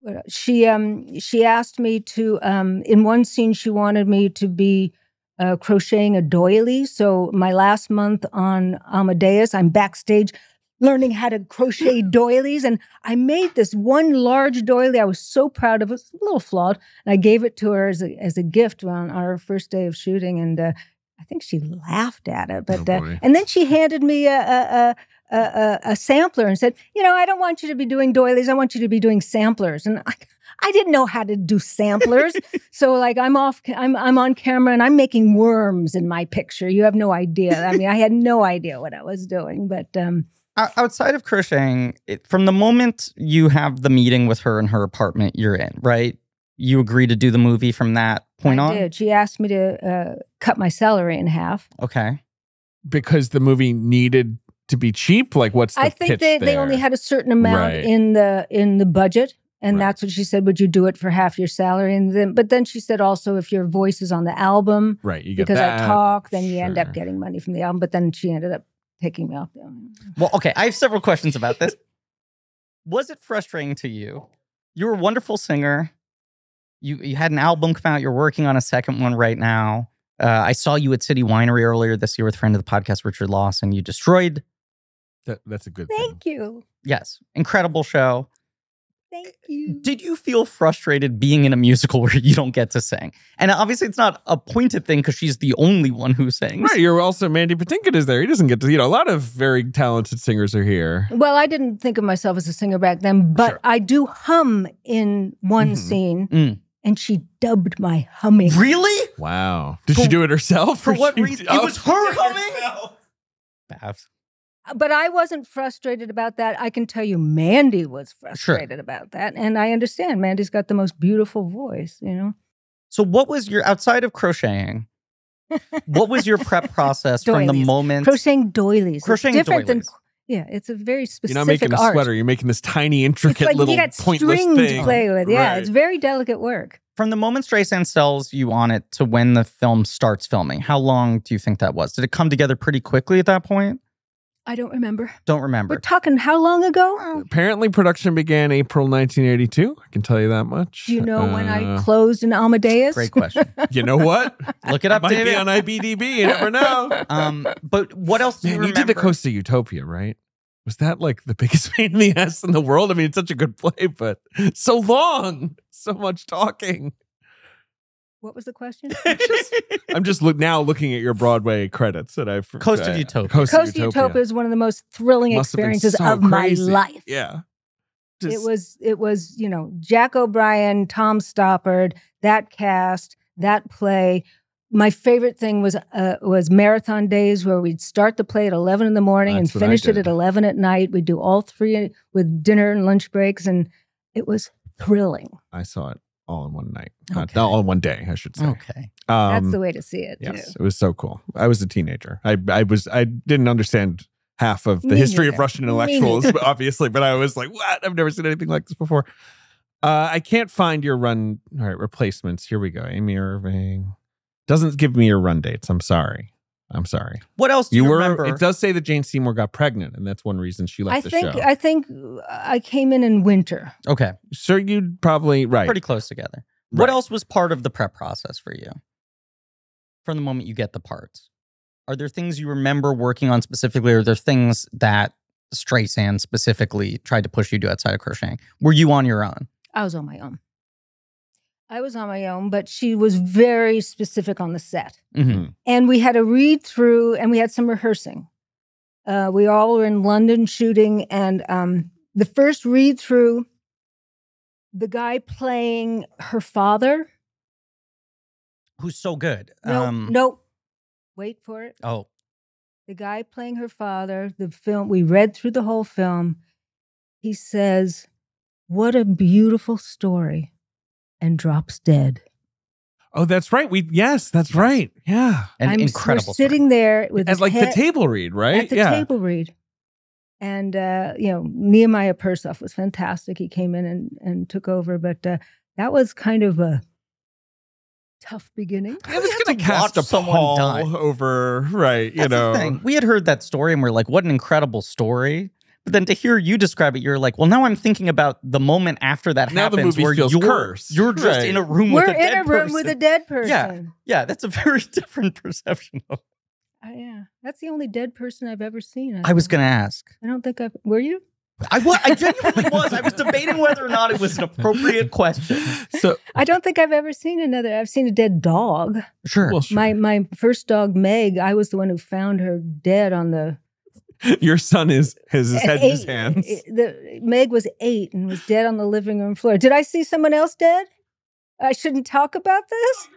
[SPEAKER 2] what else? she um, she asked me to um, in one scene she wanted me to be uh, crocheting a doily. So my last month on Amadeus, I'm backstage learning how to crochet doilies, and I made this one large doily. I was so proud of it. It was a little flawed, and I gave it to her as a as a gift on our first day of shooting, and. Uh, I think she laughed at it, but
[SPEAKER 3] Oh,
[SPEAKER 2] uh,
[SPEAKER 3] boy.
[SPEAKER 2] and then she handed me a a, a, a a a sampler and said, "You know, I don't want you to be doing doilies. I want you to be doing samplers." And I, I didn't know how to do samplers, so like I'm off, I'm I'm on camera and I'm making worms in my picture. You have no idea. I mean, I had no idea what I was doing, but um,
[SPEAKER 1] O- outside of crocheting, it, from the moment you have the meeting with her in her apartment you're in, right? You agree to do the movie from that point
[SPEAKER 2] I
[SPEAKER 1] on?
[SPEAKER 2] did. She asked me to uh, cut my salary in half.
[SPEAKER 1] Okay.
[SPEAKER 3] because the movie needed to be cheap. Like, what's the
[SPEAKER 2] I think
[SPEAKER 3] pitch
[SPEAKER 2] they, they
[SPEAKER 3] there?
[SPEAKER 2] only had a certain amount
[SPEAKER 3] Right.
[SPEAKER 2] in the in the budget. And
[SPEAKER 3] Right.
[SPEAKER 2] that's what she said, would you do it for half your salary? And then but then she said also if your voice is on the album
[SPEAKER 3] right. You get
[SPEAKER 2] because
[SPEAKER 3] that.
[SPEAKER 2] I talk, then you end up
[SPEAKER 3] Sure.
[SPEAKER 2] getting money from the album. But then she ended up taking me off the album.
[SPEAKER 1] Well, okay. I have several questions about this. Was it frustrating to you? You're a wonderful singer. You you had an album come out. You're working on a second one right now. Uh, I saw you at City Winery earlier this year with friend of the podcast Richard Lawson. You destroyed.
[SPEAKER 3] That, that's a good thing.
[SPEAKER 2] Thank you.
[SPEAKER 1] Yes, incredible show.
[SPEAKER 2] Thank you.
[SPEAKER 1] Did you feel frustrated being in a musical where you don't get to sing? And obviously, it's not a pointed thing because she's the only one who sings.
[SPEAKER 3] Right. You're also Mandy Patinkin is there. He doesn't get to. You know, a lot of very talented singers are here.
[SPEAKER 2] Well, I didn't think of myself as a singer back then, but
[SPEAKER 3] Sure.
[SPEAKER 2] I do hum in one
[SPEAKER 3] Mhm.
[SPEAKER 2] scene
[SPEAKER 1] Mm.
[SPEAKER 2] and she dubbed my humming.
[SPEAKER 1] Really?
[SPEAKER 3] Wow. Did
[SPEAKER 1] For-
[SPEAKER 3] she do it herself?
[SPEAKER 1] For
[SPEAKER 3] or
[SPEAKER 1] what
[SPEAKER 3] she-
[SPEAKER 1] reason? It
[SPEAKER 3] Oh,
[SPEAKER 1] was her
[SPEAKER 3] she did
[SPEAKER 1] coming.
[SPEAKER 3] herself.
[SPEAKER 1] Babs.
[SPEAKER 2] Uh, but I wasn't frustrated about that. I can tell you, Mandy was frustrated about that, and I understand. Mandy's got the most beautiful voice, you know.
[SPEAKER 1] So, what was your outside of crocheting? what was your prep process from the
[SPEAKER 2] Doilies.
[SPEAKER 1] moment?
[SPEAKER 2] Crocheting doilies, It's
[SPEAKER 1] Crocheting
[SPEAKER 2] different
[SPEAKER 1] doilies.
[SPEAKER 2] than yeah, it's a very
[SPEAKER 3] You're
[SPEAKER 2] specific
[SPEAKER 3] not making a
[SPEAKER 2] art.
[SPEAKER 3] sweater. You're making this tiny,
[SPEAKER 2] It's
[SPEAKER 3] intricate
[SPEAKER 2] like
[SPEAKER 3] little
[SPEAKER 2] you got
[SPEAKER 3] pointless
[SPEAKER 2] string
[SPEAKER 3] thing.
[SPEAKER 2] to play with. Yeah, it's
[SPEAKER 3] Right.
[SPEAKER 2] very delicate work.
[SPEAKER 1] From the moment Streisand sells you on it to when the film starts filming, how long do you think that was? Did it come together pretty quickly at that point?
[SPEAKER 2] I don't remember. Oh.
[SPEAKER 1] Don't
[SPEAKER 2] We're
[SPEAKER 1] remember.
[SPEAKER 2] talking how long ago?
[SPEAKER 3] Apparently, production began April 1982. I can tell you that much.
[SPEAKER 2] Do you know when I
[SPEAKER 3] Uh,
[SPEAKER 2] closed in Amadeus?
[SPEAKER 1] Great question.
[SPEAKER 3] you know what?
[SPEAKER 1] Look it up,
[SPEAKER 3] Might
[SPEAKER 1] David.
[SPEAKER 3] be on IBDB. You never know.
[SPEAKER 1] um, but what else do you
[SPEAKER 3] Man, you
[SPEAKER 1] remember?
[SPEAKER 3] did the Coast of Utopia, right? Was that like the biggest pain in the ass in the world? I mean, it's such a good play, but so long, so much talking.
[SPEAKER 2] What was the question?
[SPEAKER 3] Just- I'm just look now looking at your Broadway credits that I've
[SPEAKER 1] Coast of
[SPEAKER 3] I-
[SPEAKER 1] Utopia.
[SPEAKER 3] Coast,
[SPEAKER 2] Coast Utopia is one of the most thrilling
[SPEAKER 3] Must have been
[SPEAKER 2] experiences
[SPEAKER 3] so
[SPEAKER 2] of my
[SPEAKER 3] crazy.
[SPEAKER 2] life.
[SPEAKER 3] Yeah,
[SPEAKER 2] it was it was you know Jack O'Brien, Tom Stoppard, that cast, that play. My favorite thing was uh, was marathon days where we'd start the play at eleven in the morning
[SPEAKER 3] That's
[SPEAKER 2] and
[SPEAKER 3] what I
[SPEAKER 2] finish it
[SPEAKER 3] did.
[SPEAKER 2] at eleven at night. We'd do all three uh, with dinner and lunch breaks, and it was thrilling.
[SPEAKER 3] I saw it all in one night, Not-
[SPEAKER 1] Okay.
[SPEAKER 3] all in one day, I should say.
[SPEAKER 1] Okay.
[SPEAKER 2] That's
[SPEAKER 3] Um,
[SPEAKER 2] the way to see it.
[SPEAKER 3] Yes,
[SPEAKER 2] too.
[SPEAKER 3] it was so cool. I was a teenager. I I was I didn't understand half of the
[SPEAKER 2] Me
[SPEAKER 3] history of
[SPEAKER 2] neither.
[SPEAKER 3] Russian
[SPEAKER 2] Me
[SPEAKER 3] intellectuals, obviously, but I was like, what? I've never seen anything like this before. Uh, I can't find your run. All right, replacements. Here we go. Amy Irving doesn't give me your run dates. I'm sorry. I'm sorry.
[SPEAKER 1] What else do you,
[SPEAKER 3] You were.
[SPEAKER 1] remember?
[SPEAKER 3] It does say that Jane Seymour got pregnant, and that's one reason she left
[SPEAKER 2] I
[SPEAKER 3] the
[SPEAKER 2] think
[SPEAKER 3] show.
[SPEAKER 2] I think uh, I came in in winter.
[SPEAKER 1] okay.
[SPEAKER 3] sure, you'd probably right.
[SPEAKER 1] Pretty close together. What
[SPEAKER 3] Right.
[SPEAKER 1] else was part of the prep process for you? From the moment you get the parts, are there things you remember working on specifically? Or are there things that Streisand specifically tried to push you to outside of crocheting? Were you on your own?
[SPEAKER 2] I was on my own. I was on my own, but she was very specific on the set.
[SPEAKER 3] Hmm.
[SPEAKER 1] Mhm.
[SPEAKER 2] and we had a read through and we had some rehearsing. Uh, we all were in London shooting, and um, the first read through, the guy playing her father.
[SPEAKER 1] Who's so good? Um,
[SPEAKER 2] No,
[SPEAKER 3] Um.
[SPEAKER 2] no, wait for it.
[SPEAKER 1] Oh,
[SPEAKER 2] The guy playing her father, the film, we read through the whole film. He says, What a beautiful story, and drops dead.
[SPEAKER 3] Oh, that's right. We yes, that's right. Yeah,
[SPEAKER 1] an
[SPEAKER 2] I'm-
[SPEAKER 1] incredible.
[SPEAKER 2] We're sitting there with
[SPEAKER 3] as
[SPEAKER 2] his
[SPEAKER 3] like the
[SPEAKER 2] head-
[SPEAKER 3] table read, right?
[SPEAKER 2] at the
[SPEAKER 3] yeah.
[SPEAKER 2] table read. And uh, you know, Nehemiah Persoff was fantastic. He came in and, and took over, but uh, that was kind of a tough beginning.
[SPEAKER 3] It
[SPEAKER 1] You
[SPEAKER 3] was
[SPEAKER 1] have
[SPEAKER 3] going
[SPEAKER 1] to
[SPEAKER 3] to cast a
[SPEAKER 1] watch someone
[SPEAKER 3] pall
[SPEAKER 1] die.
[SPEAKER 3] over, right? You
[SPEAKER 1] That's the
[SPEAKER 3] know,
[SPEAKER 1] thing. we had heard that story and we're like, what an incredible story. But then to hear you describe it, you're like, well, now I'm thinking about the moment after that
[SPEAKER 3] Now the
[SPEAKER 1] happens
[SPEAKER 3] movie
[SPEAKER 1] where
[SPEAKER 3] feels
[SPEAKER 1] you're,
[SPEAKER 3] cursed.
[SPEAKER 1] you're just
[SPEAKER 3] Right.
[SPEAKER 1] in a room
[SPEAKER 2] We're
[SPEAKER 1] with a
[SPEAKER 2] in
[SPEAKER 1] dead
[SPEAKER 2] a room
[SPEAKER 1] person.
[SPEAKER 2] with a dead person.
[SPEAKER 1] Yeah. yeah, that's a very different perception of
[SPEAKER 2] Uh, yeah. That's the only dead person I've ever seen.
[SPEAKER 1] I was
[SPEAKER 2] think.
[SPEAKER 1] going to ask.
[SPEAKER 2] I don't think I've. Were you?
[SPEAKER 1] I was. I genuinely was. I was debating whether or not it was an appropriate question.
[SPEAKER 4] So
[SPEAKER 2] I don't think I've ever seen another. I've seen a dead dog.
[SPEAKER 1] Sure.
[SPEAKER 4] well, sure.
[SPEAKER 2] My my first dog, Meg. I was the one who found her dead on the
[SPEAKER 3] Your son is has his head in his
[SPEAKER 2] eight-
[SPEAKER 3] hands.
[SPEAKER 2] The, Meg was eight and was dead on the living room floor. Did I see someone else dead? I shouldn't talk about this.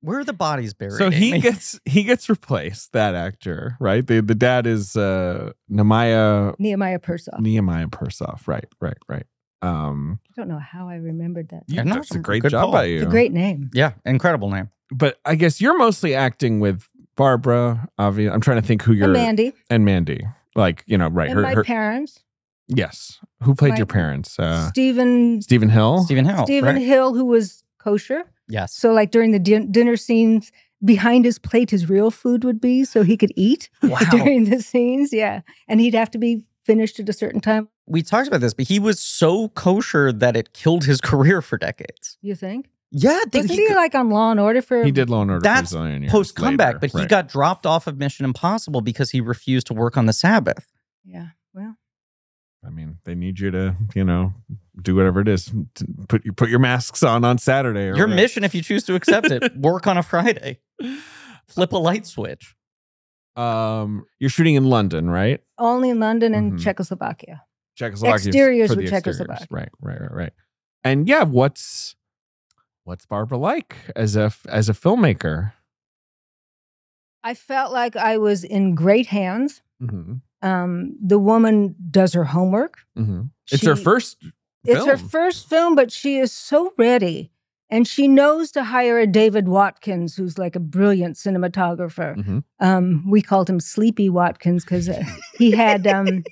[SPEAKER 1] Where are the bodies buried?
[SPEAKER 3] So he
[SPEAKER 1] Amy?
[SPEAKER 3] gets he gets replaced. That actor, right? The the dad is uh Nehemiah
[SPEAKER 2] Nehemiah Persoff.
[SPEAKER 3] Nehemiah Persoff. Right, right, right. Um,
[SPEAKER 2] I don't know how I remembered that.
[SPEAKER 1] Yeah, no,
[SPEAKER 3] that's
[SPEAKER 1] it's
[SPEAKER 3] a
[SPEAKER 1] a
[SPEAKER 3] great
[SPEAKER 1] good
[SPEAKER 3] job
[SPEAKER 1] call.
[SPEAKER 3] by
[SPEAKER 2] It's
[SPEAKER 3] you.
[SPEAKER 2] a great name.
[SPEAKER 1] Yeah, incredible name.
[SPEAKER 3] but I guess you're mostly acting with Barbara. Obviously, I'm trying to think who you're
[SPEAKER 2] And Mandy
[SPEAKER 3] and Mandy. Like you know, right?
[SPEAKER 2] and my parents.
[SPEAKER 3] yes. Who played
[SPEAKER 2] my-
[SPEAKER 3] your parents? Uh,
[SPEAKER 2] Stephen
[SPEAKER 3] Stephen Hill.
[SPEAKER 1] Stephen Hill.
[SPEAKER 2] Stephen
[SPEAKER 1] right?
[SPEAKER 2] Hill, who was kosher.
[SPEAKER 1] Yes.
[SPEAKER 2] So like during the din- dinner scenes, behind his plate, his real food would be so he could eat
[SPEAKER 1] Wow.
[SPEAKER 2] during the scenes. Yeah, and he'd have to be finished at a certain time.
[SPEAKER 1] we talked about this, but he was so kosher that it killed his career for decades.
[SPEAKER 2] You think?
[SPEAKER 1] Yeah, I think
[SPEAKER 2] Wasn't he, like on Law and Order for?
[SPEAKER 3] He did Law and Order.
[SPEAKER 1] That's
[SPEAKER 3] Brazilian years
[SPEAKER 1] post
[SPEAKER 3] later,
[SPEAKER 1] comeback, but he
[SPEAKER 3] right.
[SPEAKER 1] got dropped off of Mission Impossible because he refused to work on the Sabbath.
[SPEAKER 2] Yeah. Well,
[SPEAKER 3] I mean, they need you to, you know, do whatever it is. to Put your put your masks on on Saturday. Or
[SPEAKER 1] Your
[SPEAKER 3] whatever.
[SPEAKER 1] mission, if you choose to accept it, work on a Friday, flip a light switch.
[SPEAKER 3] Um, you're shooting in London, right?
[SPEAKER 2] only in London and
[SPEAKER 3] Mhm.
[SPEAKER 2] Czechoslovakia.
[SPEAKER 3] Czechoslovakia.
[SPEAKER 2] Exteriors
[SPEAKER 3] for
[SPEAKER 2] with
[SPEAKER 3] the exteriors.
[SPEAKER 2] Czechoslovakia.
[SPEAKER 3] Right, right, right, right. And yeah, what's what's Barbara like as a as a filmmaker?
[SPEAKER 2] I felt like I was in great hands.
[SPEAKER 3] Mm-hmm.
[SPEAKER 2] Um, the woman does her homework.
[SPEAKER 3] Mm-hmm. It's her
[SPEAKER 2] She-
[SPEAKER 3] first.
[SPEAKER 2] It's her
[SPEAKER 3] film.
[SPEAKER 2] first film, but she is so ready. And she knows to hire a David Watkins, who's like a brilliant cinematographer.
[SPEAKER 3] Mhm.
[SPEAKER 2] Um, we called him Sleepy Watkins because he had, um,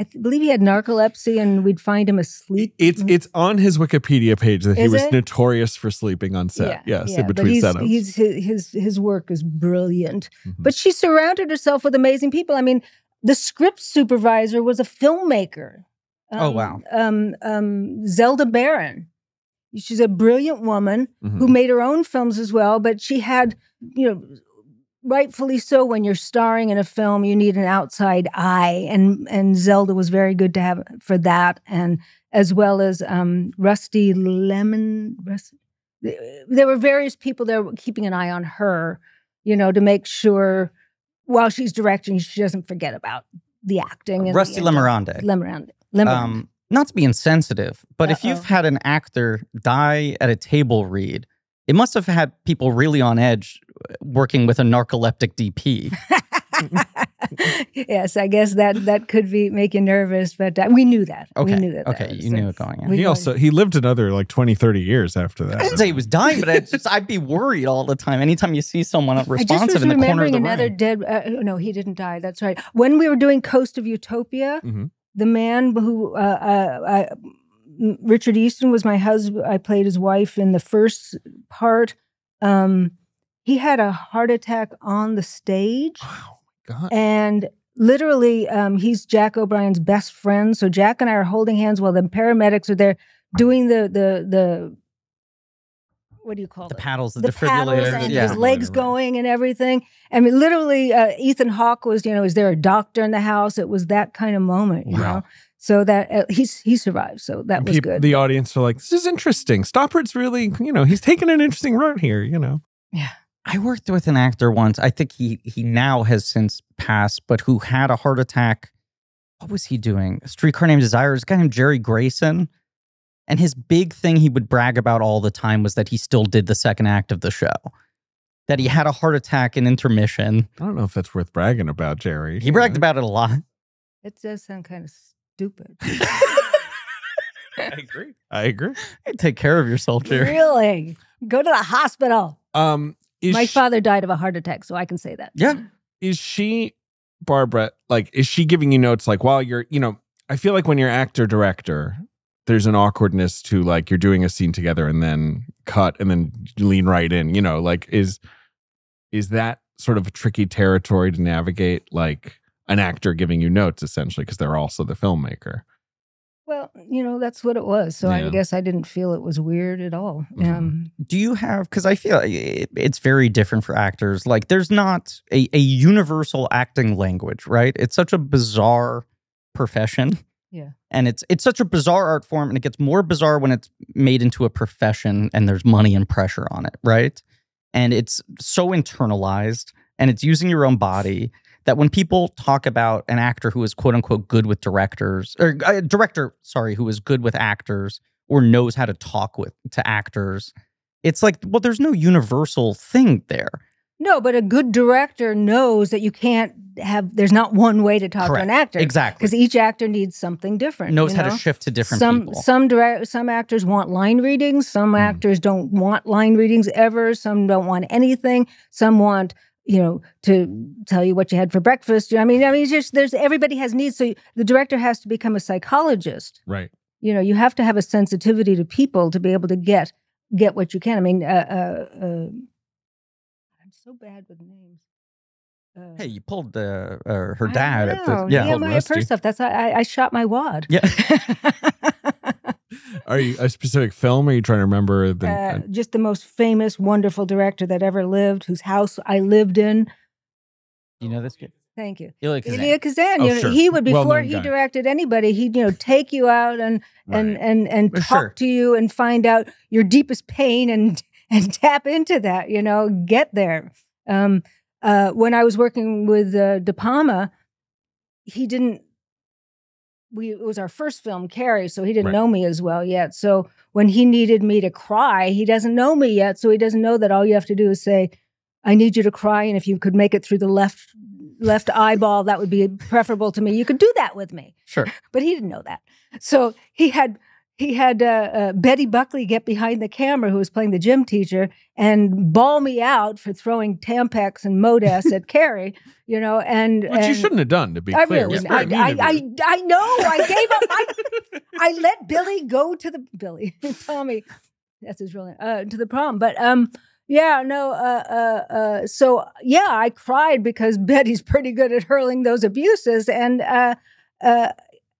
[SPEAKER 2] I th- believe he had narcolepsy, and we'd find him asleep. Mm.
[SPEAKER 3] It's it's on his Wikipedia page that he
[SPEAKER 2] mm-hmm. Is it?
[SPEAKER 3] was notorious for sleeping on set. yes, in
[SPEAKER 2] but
[SPEAKER 3] uh, between
[SPEAKER 2] he's,
[SPEAKER 3] setups.
[SPEAKER 2] he's, his, his his work is brilliant.
[SPEAKER 1] Mm-hmm.
[SPEAKER 3] Mhm.
[SPEAKER 2] But she surrounded herself with amazing people. I mean, the script supervisor was a filmmaker.
[SPEAKER 1] Oh, wow.
[SPEAKER 2] Um, um, Zelda Barron. She's a brilliant woman
[SPEAKER 1] Hmm.
[SPEAKER 3] Mhm.
[SPEAKER 2] who made her own films as well, but she had, you know, rightfully so when you're starring in a film, you need an outside eye and and Zelda was very good to have for that and as well as um Rusty Lemon Rust, there were various people there keeping an eye on her, you know, to make sure while she's directing she doesn't forget about the acting and the-
[SPEAKER 1] Uh, Rusty Lemirande.
[SPEAKER 2] Lemirand. Lemirand.
[SPEAKER 1] Um, not to be insensitive, but if
[SPEAKER 2] Uh-oh.
[SPEAKER 1] you've had an actor die at a table read, it must have had people really on edge uh, working with a narcoleptic DP.
[SPEAKER 2] yes, I guess that that could be make you nervous, but uh, we knew that.
[SPEAKER 1] Okay.
[SPEAKER 2] we knew that.
[SPEAKER 1] Okay.
[SPEAKER 2] that was
[SPEAKER 1] you
[SPEAKER 2] the-
[SPEAKER 1] knew it going in.
[SPEAKER 2] we
[SPEAKER 3] he
[SPEAKER 2] know-
[SPEAKER 3] also he lived another like 20 30 years after that
[SPEAKER 1] I didn't say he was dying, but I just, I'd be worried all the time. Anytime you see someone
[SPEAKER 2] I just
[SPEAKER 1] responsive
[SPEAKER 2] was
[SPEAKER 1] in the corner of
[SPEAKER 2] remembering
[SPEAKER 1] the
[SPEAKER 2] another
[SPEAKER 1] room.
[SPEAKER 2] dead. Uh, no, he didn't die. That's right. When we were doing Coast of Utopia,
[SPEAKER 1] Mm-hmm.
[SPEAKER 3] Mhm.
[SPEAKER 2] the man who uh, uh, uh, m- Richard Easton was my husband. I played his wife in the first part. Um, he had a heart attack on the stage.
[SPEAKER 3] Wow, God.
[SPEAKER 2] And literally, um, he's Jack O'Brien's best friend. So Jack and I are holding hands while the paramedics are there doing the the the what do you call
[SPEAKER 1] The
[SPEAKER 2] it?
[SPEAKER 1] paddles, the,
[SPEAKER 2] the paddles
[SPEAKER 1] defibrillators.
[SPEAKER 2] and
[SPEAKER 1] yeah.
[SPEAKER 2] his legs
[SPEAKER 3] Right.
[SPEAKER 2] going and everything. I mean, literally, uh, Ethan Hawke was, you know, is there a doctor in the house? It was that kind of moment, you
[SPEAKER 1] Wow.
[SPEAKER 2] know. So that uh, he's he survived. So that was
[SPEAKER 3] People-
[SPEAKER 2] good.
[SPEAKER 3] The audience are like, this is interesting. Stoppard's really, you know, he's taking an interesting route here, you know.
[SPEAKER 1] I worked with an actor once. I think he he now has since passed, but who had a heart attack. What was he doing? A streetcar named Desire. This guy named Jerry Grayson. And his big thing he would brag about all the time was that he still did the second act of the show. That he had a heart attack in intermission.
[SPEAKER 3] I don't know if that's worth bragging about, Jerry.
[SPEAKER 1] He bragged about it a lot.
[SPEAKER 2] it does sound kind of stupid.
[SPEAKER 3] I agree. I agree.
[SPEAKER 1] Hey, take care of yourself, Jerry.
[SPEAKER 2] really, go to the hospital.
[SPEAKER 3] Um, is
[SPEAKER 2] My
[SPEAKER 3] she,
[SPEAKER 2] father died of a heart attack, so I can say that.
[SPEAKER 1] Yeah.
[SPEAKER 3] is she Barbara? Like, is she giving you notes? Like, while you're, you know, I feel like when you're actor director, there's an awkwardness to like you're doing a scene together and then cut and then lean right in. You know, like is is that sort of a tricky territory to navigate? Like an actor giving you notes essentially because they're also the filmmaker.
[SPEAKER 2] Well, you know, that's what it was. So
[SPEAKER 3] Yeah.
[SPEAKER 2] I guess I didn't feel it was weird at all.
[SPEAKER 1] Mm-hmm.
[SPEAKER 3] Mhm.
[SPEAKER 2] Um,
[SPEAKER 1] do you have because i feel eh, it, it's very different for actors like there's not a, a universal acting language right it's such a bizarre profession
[SPEAKER 2] Yeah.
[SPEAKER 1] And it's it's such a bizarre art form, and it gets more bizarre when it's made into a profession and there's money and pressure on it, right? And it's so internalized, and it's using your own body that when people talk about an actor who is quote unquote good with directors or uh, director, sorry, who is good with actors or knows how to talk with to actors, it's like well, there's no universal thing there.
[SPEAKER 2] No, but a good director knows that you can't have. There's not one way to talk to
[SPEAKER 1] Correct.
[SPEAKER 2] an actor
[SPEAKER 1] Exactly,
[SPEAKER 2] because each actor needs something different.
[SPEAKER 1] knows
[SPEAKER 2] you
[SPEAKER 1] how
[SPEAKER 2] know?
[SPEAKER 1] to shift to different
[SPEAKER 2] some
[SPEAKER 1] people. Hmm.
[SPEAKER 2] some direct some actors want line readings. Some
[SPEAKER 4] Mm.
[SPEAKER 2] actors don't want line readings ever. Some don't want anything. Some want you know to tell you what you had for breakfast. I mean, I mean, it's just there's everybody has needs. So the director has to become a psychologist.
[SPEAKER 4] Right.
[SPEAKER 2] You know, you have to have a sensitivity to people to be able to get get what you can. I mean, uh, uh, uh, I'm so bad with names. Uh,
[SPEAKER 1] Hey, you pulled the uh, her
[SPEAKER 2] I
[SPEAKER 1] dad at
[SPEAKER 2] know.
[SPEAKER 1] the yeah.
[SPEAKER 2] yeah,
[SPEAKER 4] Called
[SPEAKER 2] my
[SPEAKER 4] Rusty.
[SPEAKER 2] purse stuff. That's I, I I shot my wad.
[SPEAKER 1] Yeah.
[SPEAKER 3] Are you a specific film? Or are you trying to remember the?
[SPEAKER 2] uh, just the most famous, wonderful director that ever lived, whose house I lived in.
[SPEAKER 1] You know this kid?
[SPEAKER 2] Thank you,
[SPEAKER 1] Ilya Kazan.
[SPEAKER 2] Elia Kazan.
[SPEAKER 3] Oh,
[SPEAKER 2] you know,
[SPEAKER 3] sure.
[SPEAKER 2] He would before
[SPEAKER 3] Well-known
[SPEAKER 2] he
[SPEAKER 3] guy.
[SPEAKER 2] directed anybody, he'd you know take you out and and and and
[SPEAKER 1] Uh,
[SPEAKER 2] talk
[SPEAKER 1] sure.
[SPEAKER 2] to you and find out your deepest pain and and tap into that. You know, get there. Um, uh, when I was working with uh, De Palma, he didn't. We it was our first film, Carrie, so he didn't
[SPEAKER 3] Right.
[SPEAKER 2] know me as well yet. So when he needed me to cry, he doesn't know me yet, so he doesn't know that all you have to do is say, "I need you to cry," and if you could make it through the left left eyeball, that would be preferable to me. You could do that with me,
[SPEAKER 1] Sure.
[SPEAKER 2] but he didn't know that. So he had he had uh, uh, Betty Buckley get behind the camera, who was playing the gym teacher, and bawl me out for throwing Tampax and Modas at Carrie, you know, and
[SPEAKER 3] which you
[SPEAKER 2] and-
[SPEAKER 3] shouldn't have done to be
[SPEAKER 2] I
[SPEAKER 3] clear.
[SPEAKER 2] really,
[SPEAKER 3] It was
[SPEAKER 2] I,
[SPEAKER 3] very
[SPEAKER 2] I,
[SPEAKER 3] mean of
[SPEAKER 2] I,
[SPEAKER 3] you.
[SPEAKER 2] I know. I gave up. I I let Billy go to the Billy Tommy. That's his real name. Uh, to the prom, but um, yeah, no, uh, uh, uh, so yeah, I cried because Betty's pretty good at hurling those abuses, and uh, uh,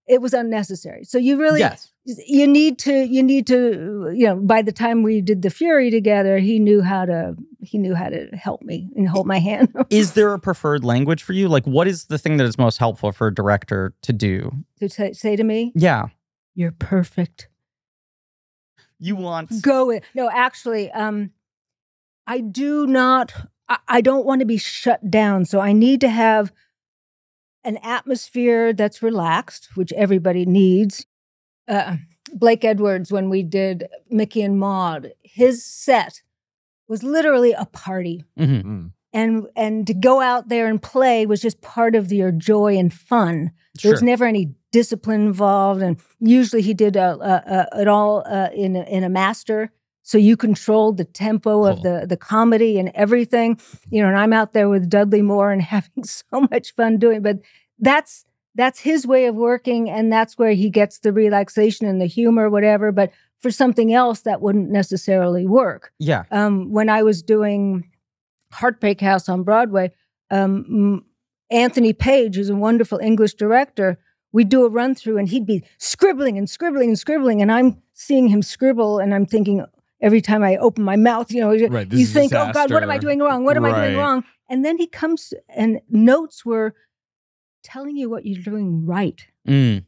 [SPEAKER 2] it was unnecessary. So you really,
[SPEAKER 1] Yes.
[SPEAKER 2] you need to, you need to, you know. By the time we did the Fury together, he knew how to, he knew how to help me and hold my hand.
[SPEAKER 1] Is there a preferred language for you? Like, what is the thing that is most helpful for a director to do?
[SPEAKER 2] to t- say to me,
[SPEAKER 1] Yeah.
[SPEAKER 2] "You're perfect."
[SPEAKER 1] You want.
[SPEAKER 2] go with no actually um i do not i, I don't want to be shut down so i need to have an atmosphere that's relaxed which everybody needs uh, blake edwards when we did mickey and maud his set was literally a party
[SPEAKER 1] Mhm.
[SPEAKER 3] Mm,
[SPEAKER 2] and and to go out there and play was just part of your joy and fun there
[SPEAKER 1] Sure.
[SPEAKER 2] was never any discipline involved, and usually he did uh, uh, uh, it all uh, in a, in a master, so you controlled the tempo of
[SPEAKER 4] Cool.
[SPEAKER 2] the the comedy and everything. You know, and I'm out there with Dudley Moore and having so much fun doing. But that's that's his way of working, and that's where he gets the relaxation and the humor, whatever. But for something else, that wouldn't necessarily work
[SPEAKER 1] yeah.
[SPEAKER 2] um, when I was doing Heartbreak House on Broadway, um, m- Anthony Page, who's a wonderful English director, we'd do a run through and he'd be scribbling and scribbling and scribbling. And I'm seeing him scribble and I'm thinking every time I open my mouth, you know,
[SPEAKER 3] Right. this
[SPEAKER 2] you
[SPEAKER 3] is
[SPEAKER 2] think, oh God, what am I
[SPEAKER 3] disaster."
[SPEAKER 2] doing wrong? What am I doing
[SPEAKER 3] Right.
[SPEAKER 2] wrong? And then he comes and notes were telling you what you're doing right.
[SPEAKER 1] Mm.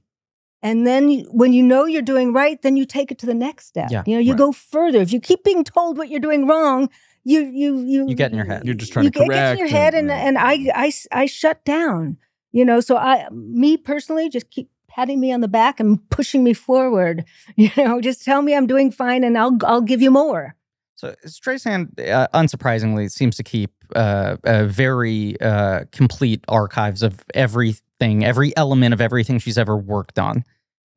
[SPEAKER 2] And then you- when you know you're doing right, then you take it to the next step.
[SPEAKER 1] Yeah,
[SPEAKER 2] you know, you
[SPEAKER 3] right.
[SPEAKER 2] go further. If you keep being told what you're doing wrong, you you you
[SPEAKER 1] You get in your head.
[SPEAKER 3] You're just trying
[SPEAKER 2] you
[SPEAKER 3] to
[SPEAKER 2] get- It gets in
[SPEAKER 3] correct
[SPEAKER 2] your head, and
[SPEAKER 3] and-
[SPEAKER 2] and I, I I shut down. You know, so I me personally just keep patting me on the back and pushing me forward. You know, just tell me I'm doing fine, and I'll I'll give you more.
[SPEAKER 1] So Streisand, uh, unsurprisingly, seems to keep uh, a very uh, complete archives of everything, every element of everything she's ever worked on,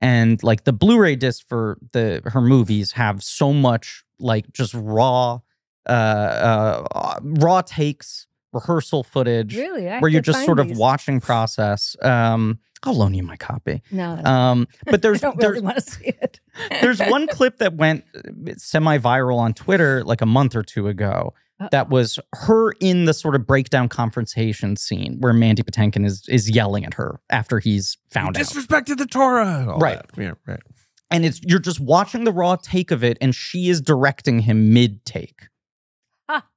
[SPEAKER 1] and like the Blu-ray disc for the her movies have so much like just raw, uh, uh, raw takes, rehersal footage,
[SPEAKER 2] Really, I
[SPEAKER 1] where you're just sort of watching process. Um, I'll loan you my copy.
[SPEAKER 2] No,
[SPEAKER 1] Um, but
[SPEAKER 2] I
[SPEAKER 1] there's
[SPEAKER 2] don't
[SPEAKER 1] there's
[SPEAKER 2] really want to see it.
[SPEAKER 1] there's one clip that went semi viral on Twitter like a month or two ago
[SPEAKER 2] Uh,
[SPEAKER 1] that was her in the sort of breakdown confrontation scene where Mandy Patinkin is is yelling at her after he's found
[SPEAKER 3] you
[SPEAKER 1] out.
[SPEAKER 3] disrespected the Torah. all
[SPEAKER 1] Right.
[SPEAKER 3] that. Yeah. Right.
[SPEAKER 1] And it's you're just watching the raw take of it and she is directing him mid take.
[SPEAKER 2] Ah.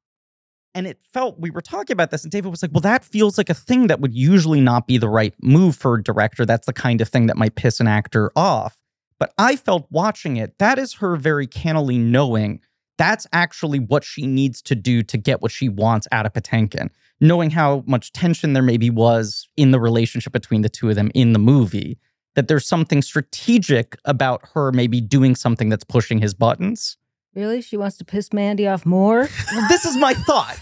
[SPEAKER 1] And it felt, we were talking about this, and David was like, well, that feels like a thing that would usually not be the right move for a director. That's the kind of thing that might piss an actor off. But I felt watching it, that is her very cannily knowing that's actually what she needs to do to get what she wants out of Patenkin, knowing how much tension there maybe was in the relationship between the two of them in the movie. That there's something strategic about her maybe doing something that's pushing his buttons.
[SPEAKER 2] Really? She wants to piss Mandy off more?
[SPEAKER 1] Well, this is my thought.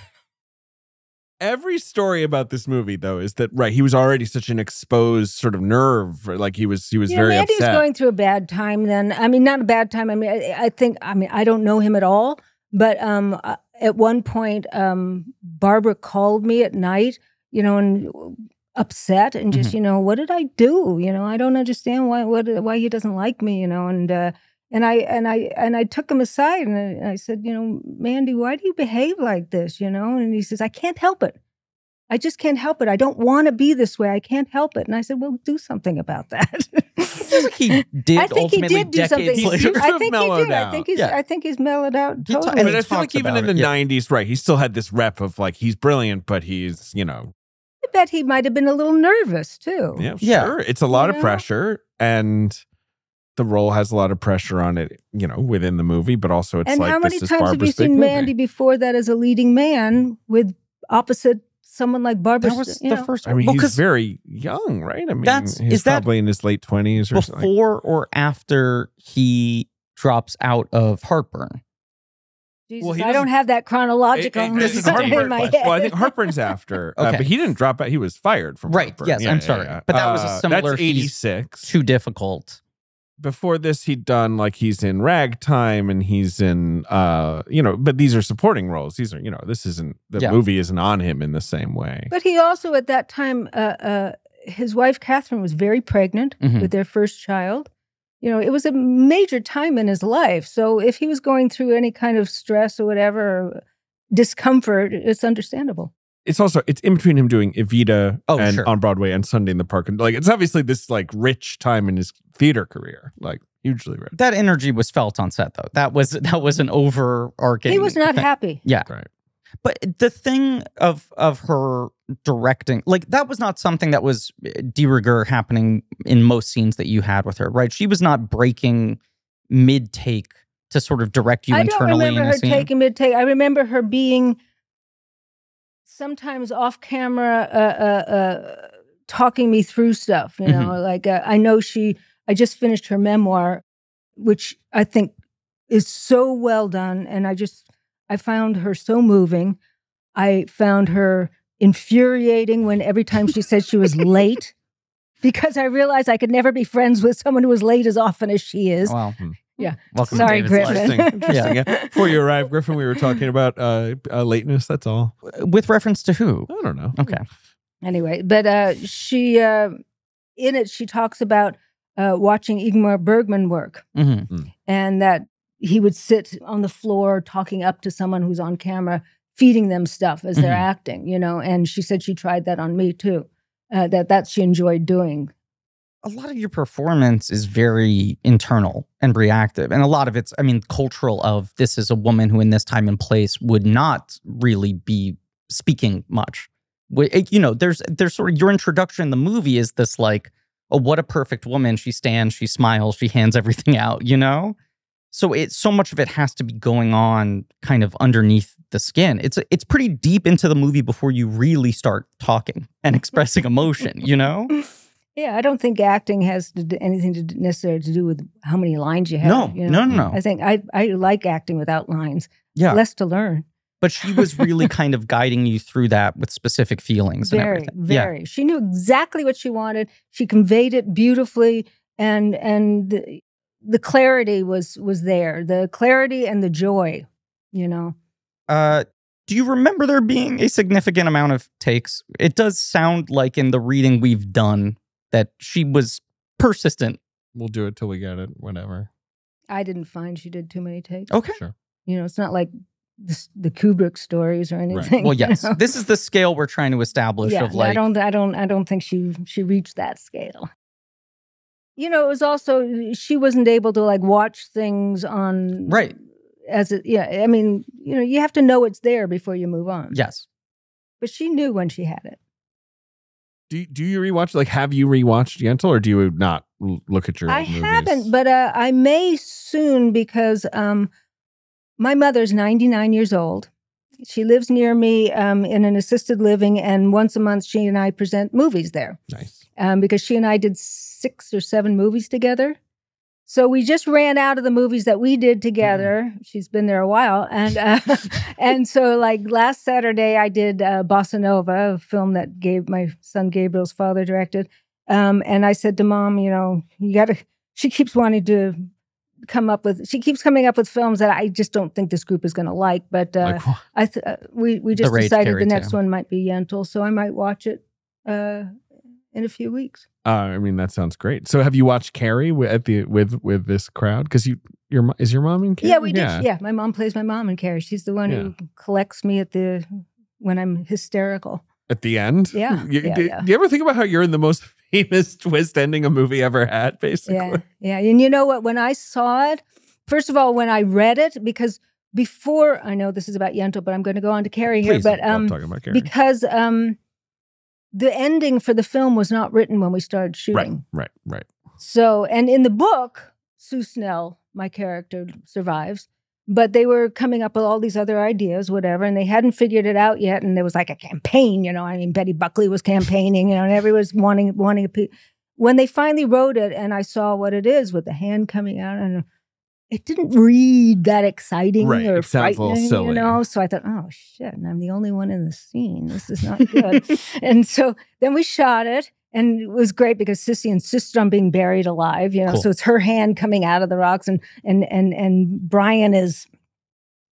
[SPEAKER 3] Every story about this movie, though, is that right? He was already such an exposed sort of nerve, like he was. He was
[SPEAKER 2] Yeah,
[SPEAKER 3] very
[SPEAKER 2] Mandy
[SPEAKER 3] upset.
[SPEAKER 2] was going through a bad time then. I mean, not a bad time. I mean, I, I think, I mean, I don't know him at all, but um, uh, at one point, um, Barbara called me at night, you know, and upset and
[SPEAKER 1] Mm-hmm.
[SPEAKER 2] just, you know, what did I do? You know, I don't understand why, what, why he doesn't like me, you know, and, uh, and I and I and I took him aside and I, and I said, you know, Mandy, why do you behave like this? You know, and he says, I can't help it. I just can't help it. I don't want to be this way. I can't help it. And I said, well, do something about that.
[SPEAKER 1] he did
[SPEAKER 2] I think he
[SPEAKER 1] ultimately
[SPEAKER 2] did do
[SPEAKER 1] decades
[SPEAKER 2] something.
[SPEAKER 3] He
[SPEAKER 1] later.
[SPEAKER 3] seems to
[SPEAKER 2] I
[SPEAKER 3] have
[SPEAKER 2] think he
[SPEAKER 3] mellowed
[SPEAKER 2] did.
[SPEAKER 3] out.
[SPEAKER 2] I think he's.
[SPEAKER 1] Yeah.
[SPEAKER 2] I think he's mellowed out
[SPEAKER 1] He ta-
[SPEAKER 2] totally.
[SPEAKER 1] and
[SPEAKER 3] but I
[SPEAKER 1] he's
[SPEAKER 3] feel like
[SPEAKER 1] talked
[SPEAKER 3] even
[SPEAKER 1] about
[SPEAKER 3] in the
[SPEAKER 1] it, yeah.
[SPEAKER 3] '90s, right? He still had this rep of like he's brilliant, but he's you know,
[SPEAKER 2] I bet he might have been a little nervous too.
[SPEAKER 3] yeah,
[SPEAKER 1] Yeah.
[SPEAKER 3] sure. It's a lot of
[SPEAKER 2] Yeah.
[SPEAKER 3] pressure, and the role has a lot of pressure on it, you know, within the movie. But also, it's
[SPEAKER 2] and
[SPEAKER 3] like
[SPEAKER 2] how many
[SPEAKER 3] this is
[SPEAKER 2] times have you
[SPEAKER 3] Barbara's big
[SPEAKER 2] seen
[SPEAKER 3] movie.
[SPEAKER 2] Mandy before that as a leading man with opposite someone like Barbara?
[SPEAKER 1] That was
[SPEAKER 2] you
[SPEAKER 1] the
[SPEAKER 2] know?
[SPEAKER 1] first
[SPEAKER 3] I mean,
[SPEAKER 1] Well,
[SPEAKER 3] he's
[SPEAKER 1] 'cause
[SPEAKER 3] very young, right? I mean,
[SPEAKER 1] That's-
[SPEAKER 3] he's
[SPEAKER 1] is that
[SPEAKER 3] probably in his late twenties or something.
[SPEAKER 1] before or after he drops out of Heartburn.
[SPEAKER 2] Jesus,
[SPEAKER 3] Well, he
[SPEAKER 2] I don't
[SPEAKER 3] doesn't-
[SPEAKER 2] have that chronological.
[SPEAKER 3] It- it- this is
[SPEAKER 1] Heartburn
[SPEAKER 2] in my head.
[SPEAKER 3] Well, I think Harper's after, uh,
[SPEAKER 1] Okay.
[SPEAKER 3] but he didn't drop out. He was fired from
[SPEAKER 1] Right,
[SPEAKER 3] Harper.
[SPEAKER 1] yes, I'm sorry. But that was a similar-
[SPEAKER 3] Uh, That's
[SPEAKER 1] he's-
[SPEAKER 3] 86.
[SPEAKER 1] Too difficult.
[SPEAKER 3] Before this, he'd done like he's in Ragtime and he's in, uh, you know, but these are supporting roles. These are, you know, this isn't the
[SPEAKER 1] Yeah.
[SPEAKER 3] movie isn't on him in the same way.
[SPEAKER 2] But he also, at that time, uh, uh, his wife Catherine was very pregnant
[SPEAKER 1] Mhm.
[SPEAKER 3] Mm-hmm.
[SPEAKER 2] with their first child. You know, it was a major time in his life. So if he was going through any kind of stress or whatever or discomfort, it's understandable.
[SPEAKER 3] It's also it's in between him doing Evita
[SPEAKER 1] Oh,
[SPEAKER 3] and
[SPEAKER 1] sure.
[SPEAKER 3] on Broadway and Sunday in the Park, and like it's obviously this like rich time in his theater career, like hugely rich.
[SPEAKER 1] That energy was felt on set though. That was that was an overarching
[SPEAKER 2] He was not
[SPEAKER 1] thing.
[SPEAKER 2] happy.
[SPEAKER 1] Yeah.
[SPEAKER 3] Right.
[SPEAKER 1] But the thing of of her directing, like that was not something that was uh, de rigueur happening in most scenes that you had with her, right? She was not breaking mid take to sort of direct you
[SPEAKER 2] I don't
[SPEAKER 1] internally
[SPEAKER 2] remember
[SPEAKER 1] in a
[SPEAKER 2] her
[SPEAKER 1] scene.
[SPEAKER 2] taking mid take. I remember her being sometimes off camera, uh, uh, uh, talking me through stuff. You know,
[SPEAKER 1] Mm-hmm.
[SPEAKER 2] like uh, I know she. I just finished her memoir, which I think is so well done, and I just I found her so moving. I found her infuriating when every time she said she was late. Because I realized I could never be friends with someone who was late as often as she is.
[SPEAKER 1] Wow.
[SPEAKER 3] Hmm.
[SPEAKER 2] Yeah.
[SPEAKER 1] Welcome
[SPEAKER 2] Sorry,
[SPEAKER 1] to David's life.
[SPEAKER 2] Griffin.
[SPEAKER 3] Interesting. Interesting. Yeah. Before you arrived, Griffin, we were talking about uh, uh lateness. That's all.
[SPEAKER 1] With reference to who?
[SPEAKER 3] I don't know.
[SPEAKER 1] Okay.
[SPEAKER 2] anyway but uh she uh in it she talks about uh watching ingmar bergman work
[SPEAKER 1] hmm
[SPEAKER 2] and that he would sit on the floor talking up to someone who's on camera feeding them stuff as they're
[SPEAKER 1] Mhm.
[SPEAKER 2] acting you know and she said she tried that on me too uh, that that she enjoyed doing
[SPEAKER 1] a lot of your performance is very internal and reactive. And a lot of it's, I mean, cultural of this is a woman who in this time and place would not really be speaking much. Wh- it- You know, there's there's sort of your introduction in the movie is this like, oh, what a perfect woman. She stands, she smiles, she hands everything out, you know? So it's so much of it has to be going on kind of underneath the skin. It's it's pretty deep into the movie before you really start talking and expressing emotion, you know?
[SPEAKER 2] yeah i don't think acting has to do anything to do- necessarily to do with how many lines you have
[SPEAKER 1] no,
[SPEAKER 2] you know?
[SPEAKER 1] no, no, no.
[SPEAKER 2] i think i i like acting without lines
[SPEAKER 1] Yeah.
[SPEAKER 2] less to learn
[SPEAKER 1] but she was really kind of guiding you through that with specific feelings and
[SPEAKER 2] very
[SPEAKER 1] everything.
[SPEAKER 2] very she knew exactly what she wanted she conveyed it beautifully and and the, the clarity was was there the clarity and the joy you know
[SPEAKER 1] Yeah. Uh, do you remember there being a significant amount of takes? It does sound like in the reading we've done that she was persistent.
[SPEAKER 3] We'll do it till we get it. Whatever.
[SPEAKER 2] i didn't find she did too many takes
[SPEAKER 1] Okay.
[SPEAKER 3] Sure.
[SPEAKER 2] you know it's not like this, the kubrick stories or anything
[SPEAKER 1] Well,
[SPEAKER 2] you
[SPEAKER 1] yes.
[SPEAKER 2] know?
[SPEAKER 1] This is the scale we're trying to establish
[SPEAKER 2] yeah,
[SPEAKER 1] of
[SPEAKER 2] no,
[SPEAKER 1] like
[SPEAKER 2] I don't, I don't, I don't think she she reached that scale. You know, it was also she wasn't able to like watch things on
[SPEAKER 1] Right.
[SPEAKER 2] as it, yeah, I mean, you know, you have to know it's there before you move on.
[SPEAKER 1] Yes.
[SPEAKER 2] But she knew when she had it.
[SPEAKER 3] Do do you rewatch? Like, have you rewatched Yentl, or do you not l- look at your?
[SPEAKER 2] I
[SPEAKER 3] old movies?
[SPEAKER 2] haven't, but uh, I may soon because um, my mother's 99 years old. She lives near me um, in an assisted living, and once a month she and I present movies there
[SPEAKER 3] nice.
[SPEAKER 2] um, because she and I did six or seven movies together. So we just ran out of the movies that we did together. She's been there a while, and uh, and so like last Saturday I did uh, Bossa Nova, a film that gave my son Gabriel's father directed. Um, and I said to mom, you know, you got to. She keeps wanting to come up with. She keeps coming up with films that I just don't think this group is going to like. But uh,
[SPEAKER 4] like, what?
[SPEAKER 2] I th- uh, we we just
[SPEAKER 1] Rage
[SPEAKER 2] decided
[SPEAKER 1] Carry
[SPEAKER 2] the next
[SPEAKER 1] too.
[SPEAKER 2] one might be Yentl, so I might watch it uh, in a few weeks.
[SPEAKER 3] Uh, I mean, that sounds great. So, have you watched Carrie wi- at the with with this crowd? Because you your mo- is your mom in Carrie?
[SPEAKER 2] Yeah, we did. Yeah. my mom plays my mom in Carrie. She's the one who collects me at the when I'm hysterical.
[SPEAKER 3] At the end,
[SPEAKER 2] Yeah,
[SPEAKER 3] You,
[SPEAKER 2] yeah,
[SPEAKER 3] do,
[SPEAKER 2] yeah.
[SPEAKER 3] do you ever think about how you're in the most famous twist ending a movie ever had? Basically,
[SPEAKER 2] Yeah, yeah. And you know what? When I saw it, first of all, when I read it, because before I know this is about Yentl, but I'm going to go on to Carrie here.
[SPEAKER 3] Please,
[SPEAKER 2] but
[SPEAKER 3] I'm
[SPEAKER 2] um,
[SPEAKER 3] talking about Carrie.
[SPEAKER 2] because um, the ending for the film was not written when we started
[SPEAKER 3] right,
[SPEAKER 2] shooting.
[SPEAKER 3] right, right.
[SPEAKER 2] So, and in the book, Sue Snell, my character, survives. But they were coming up with all these other ideas, whatever, and they hadn't figured it out yet. And there was like a campaign, you know. I mean, Betty Buckley was campaigning, you know, and everyone's wanting wanting a piece. When they finally wrote it, and I saw what it is with the hand coming out, and it didn't read that exciting
[SPEAKER 3] Right,
[SPEAKER 2] or
[SPEAKER 3] it sounds a little
[SPEAKER 2] frightening,
[SPEAKER 3] silly.
[SPEAKER 2] you know. So I thought, oh shit, and I'm the only one in the scene. This is not good. and so then we shot it, and it was great because Sissy insisted on being buried alive, you know.
[SPEAKER 1] Cool.
[SPEAKER 2] So it's her hand coming out of the rocks, and and and and Brian is,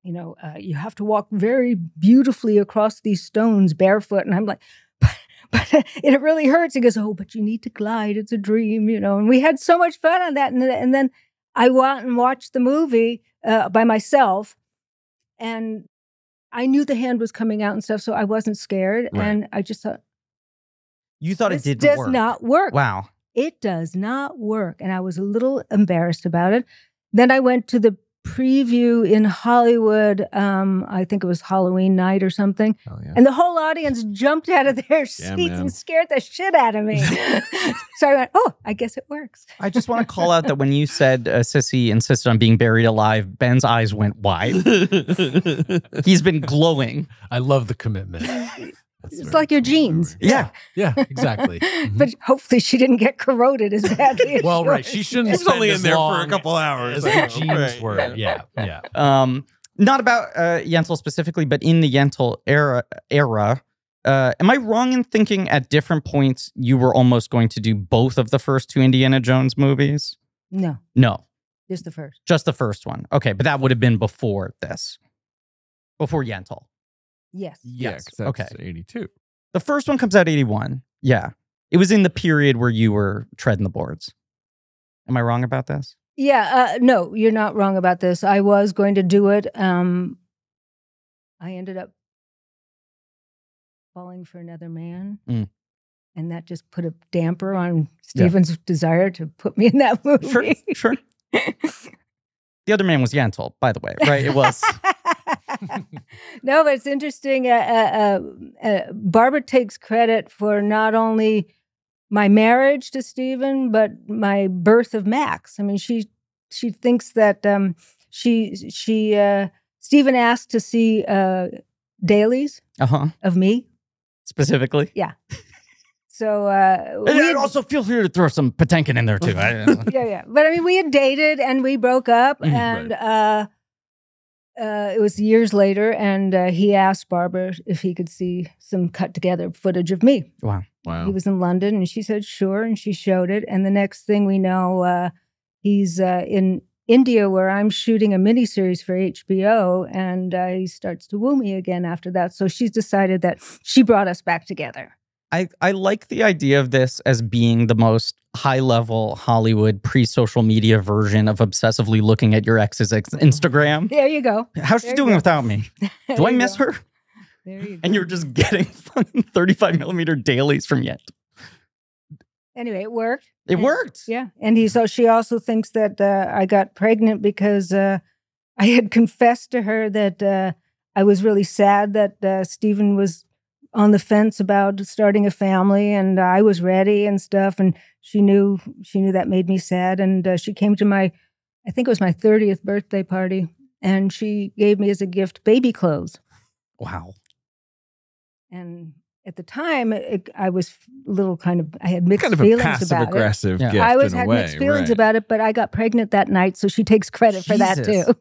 [SPEAKER 2] you know, uh, you have to walk very beautifully across these stones barefoot, and I'm like. But it really hurts. He goes, "Oh, but you need to glide. It's a dream, you know." And we had so much fun on that. And, th- and then I went and watched the movie uh, by myself, and I knew the hand was coming out and stuff, so I wasn't scared.
[SPEAKER 3] Right.
[SPEAKER 2] And I just thought,
[SPEAKER 1] You thought
[SPEAKER 2] this
[SPEAKER 1] it didn't
[SPEAKER 2] does
[SPEAKER 1] work.
[SPEAKER 2] not work.
[SPEAKER 1] Wow.
[SPEAKER 2] It does not work. And I was a little embarrassed about it. Then I went to the preview in Hollywood. Um, I think it was Halloween night or something.
[SPEAKER 3] Hell yeah.
[SPEAKER 2] And the whole audience jumped out of their seats
[SPEAKER 3] man.
[SPEAKER 2] and scared the shit out of me. so I went, oh, I guess it works.
[SPEAKER 1] I just want to call out that when you said uh, Sissy insisted on being buried alive, Ben's eyes went wide. He's been glowing.
[SPEAKER 4] I love the commitment.
[SPEAKER 2] It's like your jeans.
[SPEAKER 1] Yeah.
[SPEAKER 4] Yeah, exactly. Mhm.
[SPEAKER 2] but hopefully she didn't get corroded as badly as
[SPEAKER 4] well, right.
[SPEAKER 2] yours.
[SPEAKER 4] She shouldn't.
[SPEAKER 3] It's only
[SPEAKER 4] spend
[SPEAKER 3] in
[SPEAKER 4] as
[SPEAKER 3] there for a
[SPEAKER 4] long
[SPEAKER 3] couple hours.
[SPEAKER 4] As the
[SPEAKER 3] Right,
[SPEAKER 4] genes
[SPEAKER 3] yeah.
[SPEAKER 4] were. Yeah, yeah.
[SPEAKER 1] Um, not about uh, Yentl specifically, but in the Yentl era. era uh, am I wrong in thinking at different points you were almost going to do both of the first two Indiana Jones movies?
[SPEAKER 2] No,
[SPEAKER 1] No,
[SPEAKER 2] just the first.
[SPEAKER 1] just the first one. Okay, but that would have been before this, before Yentl.
[SPEAKER 2] Yes.
[SPEAKER 3] Yeah,
[SPEAKER 1] Yes.
[SPEAKER 3] 'cause that's
[SPEAKER 1] Okay.
[SPEAKER 3] 82.
[SPEAKER 1] The first one comes out 81. Yeah. It was in the period where you were treading the boards. Am I wrong about this?
[SPEAKER 2] Yeah. Uh, no, you're not wrong about this. I was going to do it. Um, I ended up falling for another man.
[SPEAKER 1] Mm.
[SPEAKER 2] And that just put a damper on Steven's desire to put me in that movie.
[SPEAKER 1] Sure, sure. The other man was Yentl, by the way, right? It was.
[SPEAKER 2] no, but it's interesting. Uh, uh, uh, uh, Barbara takes credit for not only my marriage to Stephen, but my birth of Max. I mean, she she thinks that um, she she uh, Stephen asked to see uh, dailies
[SPEAKER 1] uh huh.
[SPEAKER 2] of me.
[SPEAKER 1] Specifically.
[SPEAKER 2] So uh, we
[SPEAKER 1] And
[SPEAKER 2] had-
[SPEAKER 1] also feel free to throw some Patinkin in there too. I- uh,
[SPEAKER 2] yeah, yeah. But I mean, we had dated and we broke up,
[SPEAKER 1] Mhm,
[SPEAKER 2] and uh, uh, it was years later. And uh, he asked Barbara if he could see some cut together footage of me. He
[SPEAKER 1] Oh.
[SPEAKER 3] Wow.
[SPEAKER 2] was in London, and she said sure, and she showed it. And the next thing we know, uh, he's uh, in India where I'm shooting a miniseries for HBO, and uh, he starts to woo me again after that. So she's decided that she brought us back together.
[SPEAKER 1] I, I like the idea of this as being the most high level Hollywood pre social media version of obsessively looking at your ex's ex- Instagram.
[SPEAKER 2] There you go.
[SPEAKER 1] How's she
[SPEAKER 2] There you
[SPEAKER 1] doing
[SPEAKER 2] go.
[SPEAKER 1] without me? Do I miss her?
[SPEAKER 2] There you go.
[SPEAKER 1] And you're just getting fucking 35 millimeter dailies from Yentl.
[SPEAKER 2] anyway, it worked.
[SPEAKER 1] It
[SPEAKER 2] Yeah.
[SPEAKER 1] worked.
[SPEAKER 2] Yeah, and he so she also thinks that uh, I got pregnant because uh, I had confessed to her that uh, I was really sad that uh, Stephen was on the fence about starting a family, and I was ready and stuff. And she knew she knew that made me sad, and uh, she came to my, I think it was my thirtieth birthday party, and she gave me as a gift baby clothes.
[SPEAKER 1] Wow.
[SPEAKER 2] And at the time, it, I was a little kind of I had mixed
[SPEAKER 3] kind of a
[SPEAKER 2] feelings
[SPEAKER 3] passive
[SPEAKER 2] about it.
[SPEAKER 3] aggressive
[SPEAKER 1] Yeah.
[SPEAKER 3] gift.
[SPEAKER 2] I always
[SPEAKER 3] in a
[SPEAKER 2] had
[SPEAKER 3] way,
[SPEAKER 2] mixed feelings
[SPEAKER 3] right.
[SPEAKER 2] about it, but I got pregnant that night, so she takes credit for that
[SPEAKER 1] Jesus.
[SPEAKER 2] too.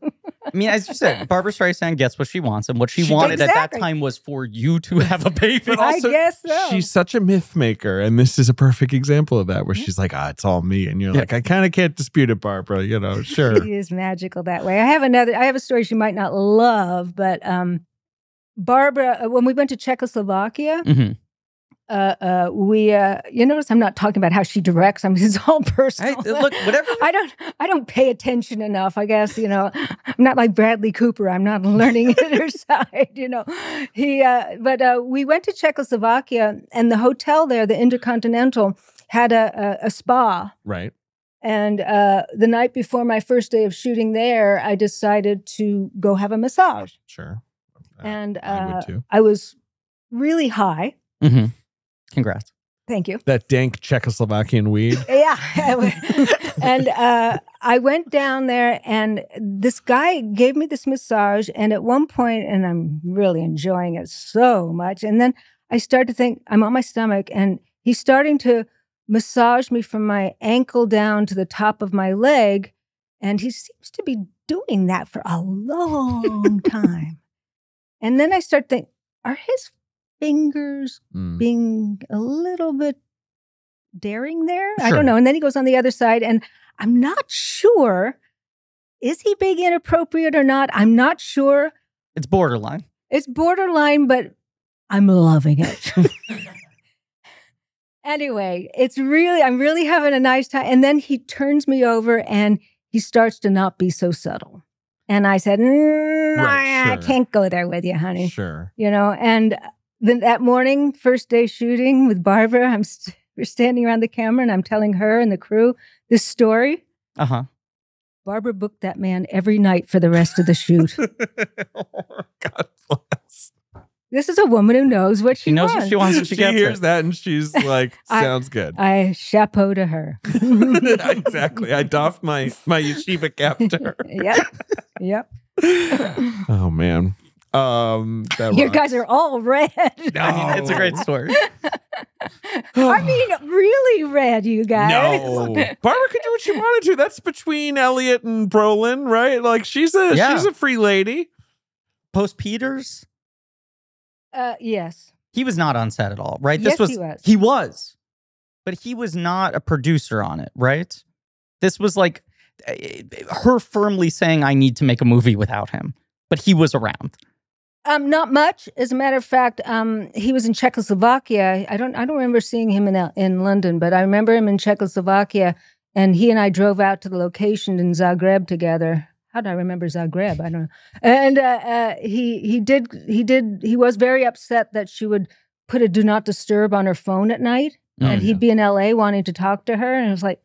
[SPEAKER 1] I mean, as you said, Barbara Streisand gets what she wants, and what she,
[SPEAKER 3] She
[SPEAKER 1] wanted at that
[SPEAKER 2] Exactly.
[SPEAKER 1] time was for you to have a baby.
[SPEAKER 3] But also,
[SPEAKER 2] I guess so.
[SPEAKER 3] She's such a myth maker, and this is a perfect example of that, where she's like, "Ah, it's all me," and you're
[SPEAKER 1] Yeah.
[SPEAKER 3] like, "I kind of can't dispute it, Barbara." You know, sure.
[SPEAKER 2] She is magical that way. I have another. I have a story she might not love, but um, Barbara, uh, when we went to Czechoslovakia,
[SPEAKER 1] Mhm.
[SPEAKER 2] uh, uh, we uh, you notice I'm not talking about how she directs. I'm it's all
[SPEAKER 1] Hey,
[SPEAKER 2] personal.
[SPEAKER 1] look, whatever.
[SPEAKER 2] I don't. I don't pay attention enough. I guess you know. I'm not like Bradley Cooper. I'm not learning at her side. You know. He. Uh, but uh, we went to Czechoslovakia, and the hotel there, the Intercontinental, had a a, a spa.
[SPEAKER 3] right.
[SPEAKER 2] And uh, the night before my first day of shooting there, I decided to go have a massage.
[SPEAKER 3] Sure. Uh,
[SPEAKER 2] and uh,
[SPEAKER 3] I
[SPEAKER 2] I,
[SPEAKER 3] would too.
[SPEAKER 2] was really high.
[SPEAKER 1] Mhm. Congrats.
[SPEAKER 2] Thank you.
[SPEAKER 3] That dank Czechoslovakian weed.
[SPEAKER 2] Yeah. I w- and uh, I went down there, and this guy gave me this massage. And at one point, and I'm really enjoying it so much. And then I start to think I'm on my stomach, and he's starting to massage me from my ankle down to the top of my leg. And he seems to be doing that for a long time. And then I start thinking, are his fingers
[SPEAKER 3] Mm.
[SPEAKER 2] being a little bit daring there. I
[SPEAKER 3] Sure.
[SPEAKER 2] don't know. And then he goes on the other side, and I'm not sure. Is he being inappropriate or not? I'm not sure.
[SPEAKER 1] It's borderline.
[SPEAKER 2] It's borderline, but I'm loving it. anyway, it's really, I'm really having a nice time. And then he turns me over and he starts to not be so subtle. And I said, "Mm,
[SPEAKER 3] Right,
[SPEAKER 2] I- I
[SPEAKER 3] sure.
[SPEAKER 2] can't go there with you, honey
[SPEAKER 3] Sure.
[SPEAKER 2] you know and then that morning first day shooting with barbara i'm st- we're standing around the camera and i'm telling her and the crew this story
[SPEAKER 1] Uh huh.
[SPEAKER 2] barbara booked that man every night for the rest of the shoot
[SPEAKER 3] Oh, God bless.
[SPEAKER 2] this is a woman who knows what she,
[SPEAKER 1] She knows what she wants and she
[SPEAKER 3] She
[SPEAKER 1] gets
[SPEAKER 3] hears
[SPEAKER 1] it.
[SPEAKER 3] that and she's like,
[SPEAKER 2] I-
[SPEAKER 3] "Sounds good."
[SPEAKER 2] i chapeau to her
[SPEAKER 3] exactly. I doffed my my yeshiva cap to her.
[SPEAKER 2] yep yep
[SPEAKER 3] oh man. Um that
[SPEAKER 2] you
[SPEAKER 3] rocks.
[SPEAKER 2] guys are all red
[SPEAKER 3] No.
[SPEAKER 1] I mean, it's a great story.
[SPEAKER 2] i mean really red you guys
[SPEAKER 3] No. Barbara could do what she wanted to. That's between Elliot and Brolin, right? Like she's a
[SPEAKER 1] Yeah.
[SPEAKER 3] she's a free lady.
[SPEAKER 1] Post Peters,
[SPEAKER 2] uh, yes
[SPEAKER 1] he was not on set at all, right?
[SPEAKER 2] yes
[SPEAKER 1] this was
[SPEAKER 2] he was
[SPEAKER 1] He was, but he was not a producer on it, right? This was like eh, her firmly saying, I need to make a movie without him, but he was around.
[SPEAKER 2] Um, not much. As a matter of fact, um, he was in Czechoslovakia. I don't, I don't remember seeing him in L- in London, but I remember him in Czechoslovakia. And he and I drove out to the location in Zagreb together. How do I remember Zagreb? I don't know. And uh, uh, he he did he did he was very upset that she would put a do not disturb on her phone at night
[SPEAKER 3] Oh,
[SPEAKER 2] and he'd be in LA wanting to talk to her, and it was like,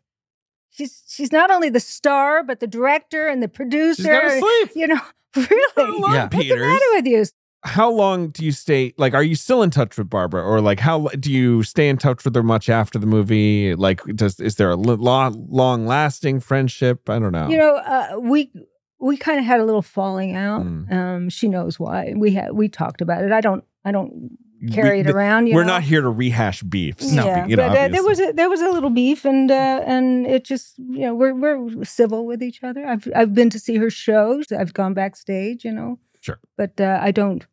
[SPEAKER 2] she's she's not only the star but the director and the
[SPEAKER 3] She's not
[SPEAKER 2] producer.
[SPEAKER 3] asleep.
[SPEAKER 2] You know,
[SPEAKER 3] How
[SPEAKER 2] really.
[SPEAKER 3] long,
[SPEAKER 1] Yeah.
[SPEAKER 2] What's the
[SPEAKER 3] Peters?
[SPEAKER 2] matter with you?
[SPEAKER 3] How long do you stay? Like, are you still in touch with Barbara, or like, how do you stay in touch with her much after the movie? Like, does is there a long, long lasting friendship? I don't know.
[SPEAKER 2] You know, uh, we we kind of had a little falling out.
[SPEAKER 3] Mm.
[SPEAKER 2] Um, she knows why. We had we talked about it. I don't I don't
[SPEAKER 3] We-
[SPEAKER 2] carry it
[SPEAKER 3] th-
[SPEAKER 2] around. You
[SPEAKER 3] We're
[SPEAKER 2] know?
[SPEAKER 3] not here to rehash beefs.
[SPEAKER 1] No.
[SPEAKER 2] yeah,
[SPEAKER 3] you know,
[SPEAKER 2] but uh, there
[SPEAKER 3] obviously.
[SPEAKER 2] was a there was a little beef, and uh, and it just you know we're we're civil with each other. I've I've been to see her shows. I've gone backstage, you know.
[SPEAKER 3] Sure.
[SPEAKER 2] But uh, I don't,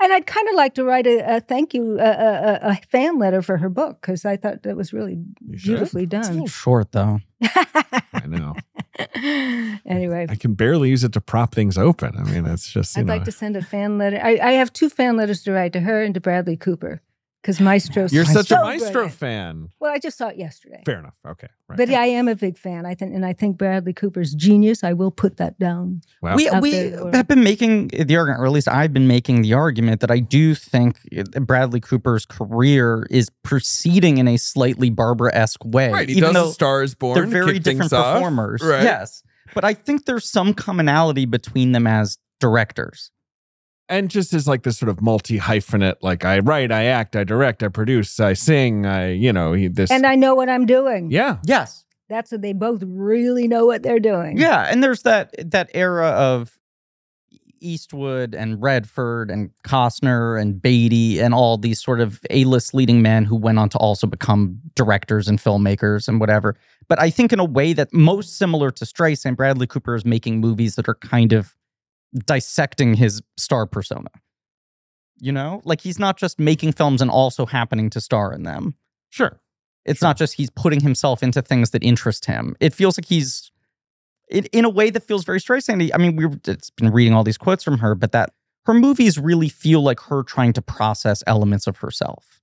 [SPEAKER 2] and I'd kind of like to write a, a thank you, a, a, a- a fan letter for her book because I thought that was really
[SPEAKER 3] You should.
[SPEAKER 2] beautifully
[SPEAKER 1] It's a
[SPEAKER 2] done.
[SPEAKER 1] little short, though.
[SPEAKER 3] I know.
[SPEAKER 2] anyway,
[SPEAKER 3] I can barely use it to prop things open. I mean, it's just you
[SPEAKER 2] I'd
[SPEAKER 3] know.
[SPEAKER 2] like to send a fan letter. I, I have two fan letters to write to her and to Bradley Cooper because Maestro's
[SPEAKER 3] you're
[SPEAKER 2] so
[SPEAKER 3] such a
[SPEAKER 2] brilliant.
[SPEAKER 3] maestro fan.
[SPEAKER 2] Well, I just saw it yesterday.
[SPEAKER 3] Fair enough. Okay. Right.
[SPEAKER 2] But I am a big fan. I think, and I think Bradley Cooper's genius. I will put that down.
[SPEAKER 3] Wow.
[SPEAKER 1] We,
[SPEAKER 2] Out
[SPEAKER 1] we
[SPEAKER 2] there in the world.
[SPEAKER 1] have been making the argument, or at least I've been making the argument, that I do think Bradley Cooper's career is proceeding in a slightly Barbara esque way.
[SPEAKER 5] Right. He
[SPEAKER 1] even
[SPEAKER 5] does
[SPEAKER 1] though
[SPEAKER 5] a Star is Born.
[SPEAKER 1] they're very
[SPEAKER 5] kick things
[SPEAKER 1] different
[SPEAKER 5] off,
[SPEAKER 1] performers.
[SPEAKER 5] right?
[SPEAKER 1] Yes. but I think there's some commonality between them as directors.
[SPEAKER 3] and just as like this sort of multi hyphenate, like I write, I act, I direct, I produce, I sing, I you know he, this.
[SPEAKER 2] And uh, I know what I'm doing.
[SPEAKER 3] yeah,
[SPEAKER 1] Yes.
[SPEAKER 2] That's what they both really know what they're doing.
[SPEAKER 1] Yeah, and there's that that era of Eastwood and Redford and Costner and Beatty and all these sort of A-list leading men who went on to also become directors and filmmakers and whatever. But I think in a way that most similar to Streisand, Bradley Cooper is making movies that are kind of dissecting his star persona. You know, like he's not just making films and also happening to star in them.
[SPEAKER 3] sure.
[SPEAKER 1] It's not just he's putting himself into things that interest him. It feels like he's in in a way that feels very Streisand. I mean, we've it's been reading all these quotes from her, but that her movies really feel like her trying to process elements of herself.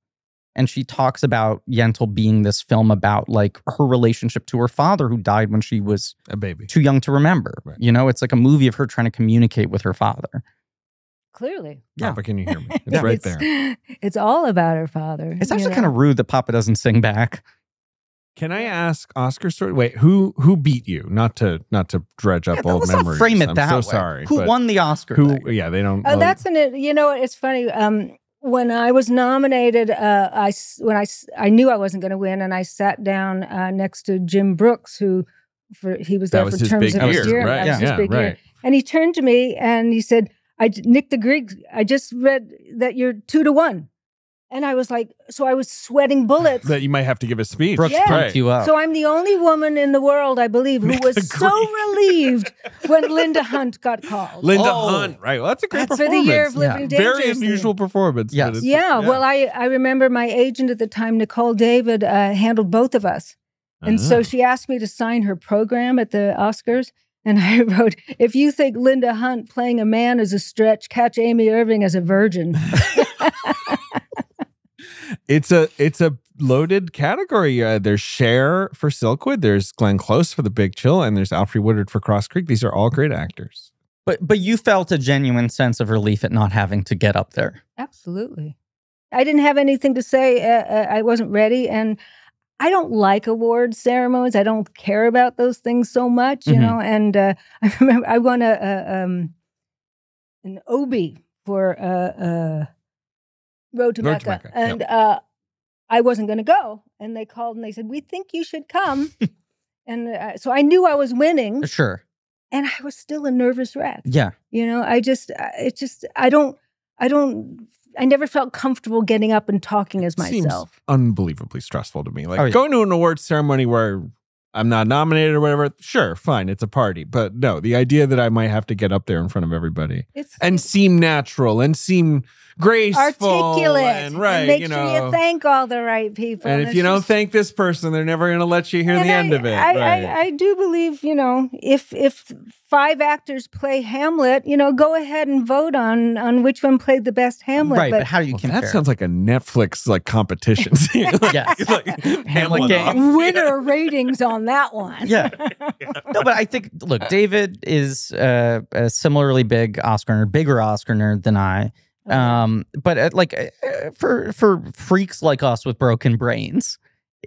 [SPEAKER 1] And she talks about Yentl being this film about like her relationship to her father who died when she was
[SPEAKER 4] a baby.
[SPEAKER 1] too young to remember.
[SPEAKER 3] Right.
[SPEAKER 1] You know, it's like a movie of her trying to communicate with her father.
[SPEAKER 2] Clearly.
[SPEAKER 1] Yeah.
[SPEAKER 3] Papa, can you hear me? It's right there.
[SPEAKER 2] It's all about her father.
[SPEAKER 1] It's actually kind of rude that Papa doesn't sing back.
[SPEAKER 3] Can I ask Oscar story? Wait, who who beat you? Not to not to dredge up
[SPEAKER 1] Yeah,
[SPEAKER 3] old
[SPEAKER 1] let's
[SPEAKER 3] memories.
[SPEAKER 1] not frame it
[SPEAKER 3] I'm
[SPEAKER 1] that
[SPEAKER 3] so
[SPEAKER 1] way.
[SPEAKER 3] sorry.
[SPEAKER 1] Who
[SPEAKER 3] but
[SPEAKER 1] won the Oscar?
[SPEAKER 3] Who?
[SPEAKER 1] there?
[SPEAKER 3] Yeah, they don't.
[SPEAKER 2] Oh,
[SPEAKER 3] well,
[SPEAKER 2] that's an. You know, what? it's funny. Um, when I was nominated, uh, I s- when I s- I knew I wasn't going to win, and I sat down uh, next to Jim Brooks, who for he was
[SPEAKER 3] that
[SPEAKER 2] there
[SPEAKER 3] was
[SPEAKER 2] for
[SPEAKER 3] his
[SPEAKER 2] terms
[SPEAKER 3] big
[SPEAKER 2] of
[SPEAKER 1] year,
[SPEAKER 2] his year. and
[SPEAKER 3] right?
[SPEAKER 2] that was his
[SPEAKER 3] Yeah,
[SPEAKER 2] big year.
[SPEAKER 3] right.
[SPEAKER 2] And he turned to me and he said, "I j- Nick the Greek. I just read that you're two to one," and I was like, so I was sweating bullets.
[SPEAKER 3] That you might have to give a speech.
[SPEAKER 1] Brooks
[SPEAKER 2] Yeah.
[SPEAKER 1] pumped you up.
[SPEAKER 2] So I'm the only woman in the world, I believe, who
[SPEAKER 3] Nick the
[SPEAKER 2] was so
[SPEAKER 3] Greek.
[SPEAKER 2] relieved when Linda Hunt got called.
[SPEAKER 3] Linda
[SPEAKER 1] Oh.
[SPEAKER 3] Hunt. Right. Well, that's a great
[SPEAKER 2] That's for the
[SPEAKER 3] performance.
[SPEAKER 2] year of
[SPEAKER 1] Yeah.
[SPEAKER 2] living
[SPEAKER 3] Very
[SPEAKER 2] dangerously.
[SPEAKER 3] unusual performance. but
[SPEAKER 1] Yes.
[SPEAKER 3] it's-
[SPEAKER 2] Yeah, well, I, I remember my agent at the time, Nicole David, uh, handled both of us. And so she asked me to sign her program at the Oscars. And I wrote, if you think Linda Hunt playing a man is a stretch, catch Amy Irving as a virgin.
[SPEAKER 3] It's a it's a loaded category. Uh, there's Cher for Silkwood. There's Glenn Close for The Big Chill, and there's Alfred Woodard for Cross Creek. These are all great actors.
[SPEAKER 1] But but you felt a genuine sense of relief at not having to get up there.
[SPEAKER 2] Absolutely. I didn't have anything to say. Uh, uh, I wasn't ready. And I don't like award ceremonies. I don't care about those things so much, you
[SPEAKER 3] Mm-hmm.
[SPEAKER 1] Mhm.
[SPEAKER 2] know. And uh, I remember I won a, a um, an Obie for uh, uh, Road to
[SPEAKER 3] Road to
[SPEAKER 2] Mecca.
[SPEAKER 3] Mecca,
[SPEAKER 2] And uh, I wasn't going to go. And they called and they said, We think you should come. and uh, so I knew I was winning.
[SPEAKER 1] Sure.
[SPEAKER 2] And I was still a nervous wreck
[SPEAKER 1] Yeah.
[SPEAKER 2] you know i just I- it's just i don't i don't i never felt comfortable getting up and talking as
[SPEAKER 3] Seems
[SPEAKER 2] myself
[SPEAKER 3] unbelievably stressful to me. Like
[SPEAKER 1] Oh, yeah.
[SPEAKER 3] going to an awards ceremony where I'm not nominated or whatever. Sure, fine, it's a party. But no, the idea that I might have to get up there in front of everybody
[SPEAKER 2] it's
[SPEAKER 3] and
[SPEAKER 2] it's
[SPEAKER 3] seem natural and seem graceful,
[SPEAKER 2] articulate
[SPEAKER 3] and right,
[SPEAKER 2] and make
[SPEAKER 3] you
[SPEAKER 2] sure
[SPEAKER 3] know.
[SPEAKER 2] you thank all the right people
[SPEAKER 3] and if
[SPEAKER 2] it's
[SPEAKER 3] you don't
[SPEAKER 2] just-
[SPEAKER 3] thank this person, they're never going to let you hear
[SPEAKER 2] And
[SPEAKER 3] the
[SPEAKER 2] I,
[SPEAKER 3] end of it.
[SPEAKER 2] I,
[SPEAKER 3] right.
[SPEAKER 2] I, I do believe, you know, if if five actors play Hamlet, you know, go ahead and vote on on which one played the best Hamlet.
[SPEAKER 1] right. But, how do you
[SPEAKER 3] Well,
[SPEAKER 1] compare?
[SPEAKER 3] that sounds like a Netflix like competition.
[SPEAKER 1] Yes.
[SPEAKER 3] Hamlet
[SPEAKER 1] Hamlet game.
[SPEAKER 3] off.
[SPEAKER 2] winner ratings on that one.
[SPEAKER 1] yeah. No, but I think look, David is uh, a similarly big Oscar nerd, bigger Oscar nerd than I. Um, but uh, like uh, for for freaks like us with broken brains,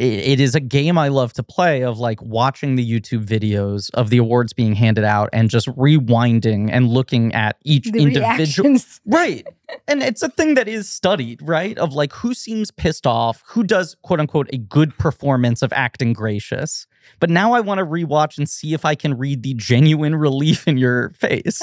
[SPEAKER 1] i it is a game I love to play of like watching the YouTube videos of the awards being handed out and just rewinding and looking at each
[SPEAKER 2] the
[SPEAKER 1] individual
[SPEAKER 2] reactions.
[SPEAKER 1] Right. And it's a thing that is studied, right? Of like who seems pissed off, who does quote unquote a good performance of acting gracious. But now I want to rewatch and see if I can read the genuine relief in your face.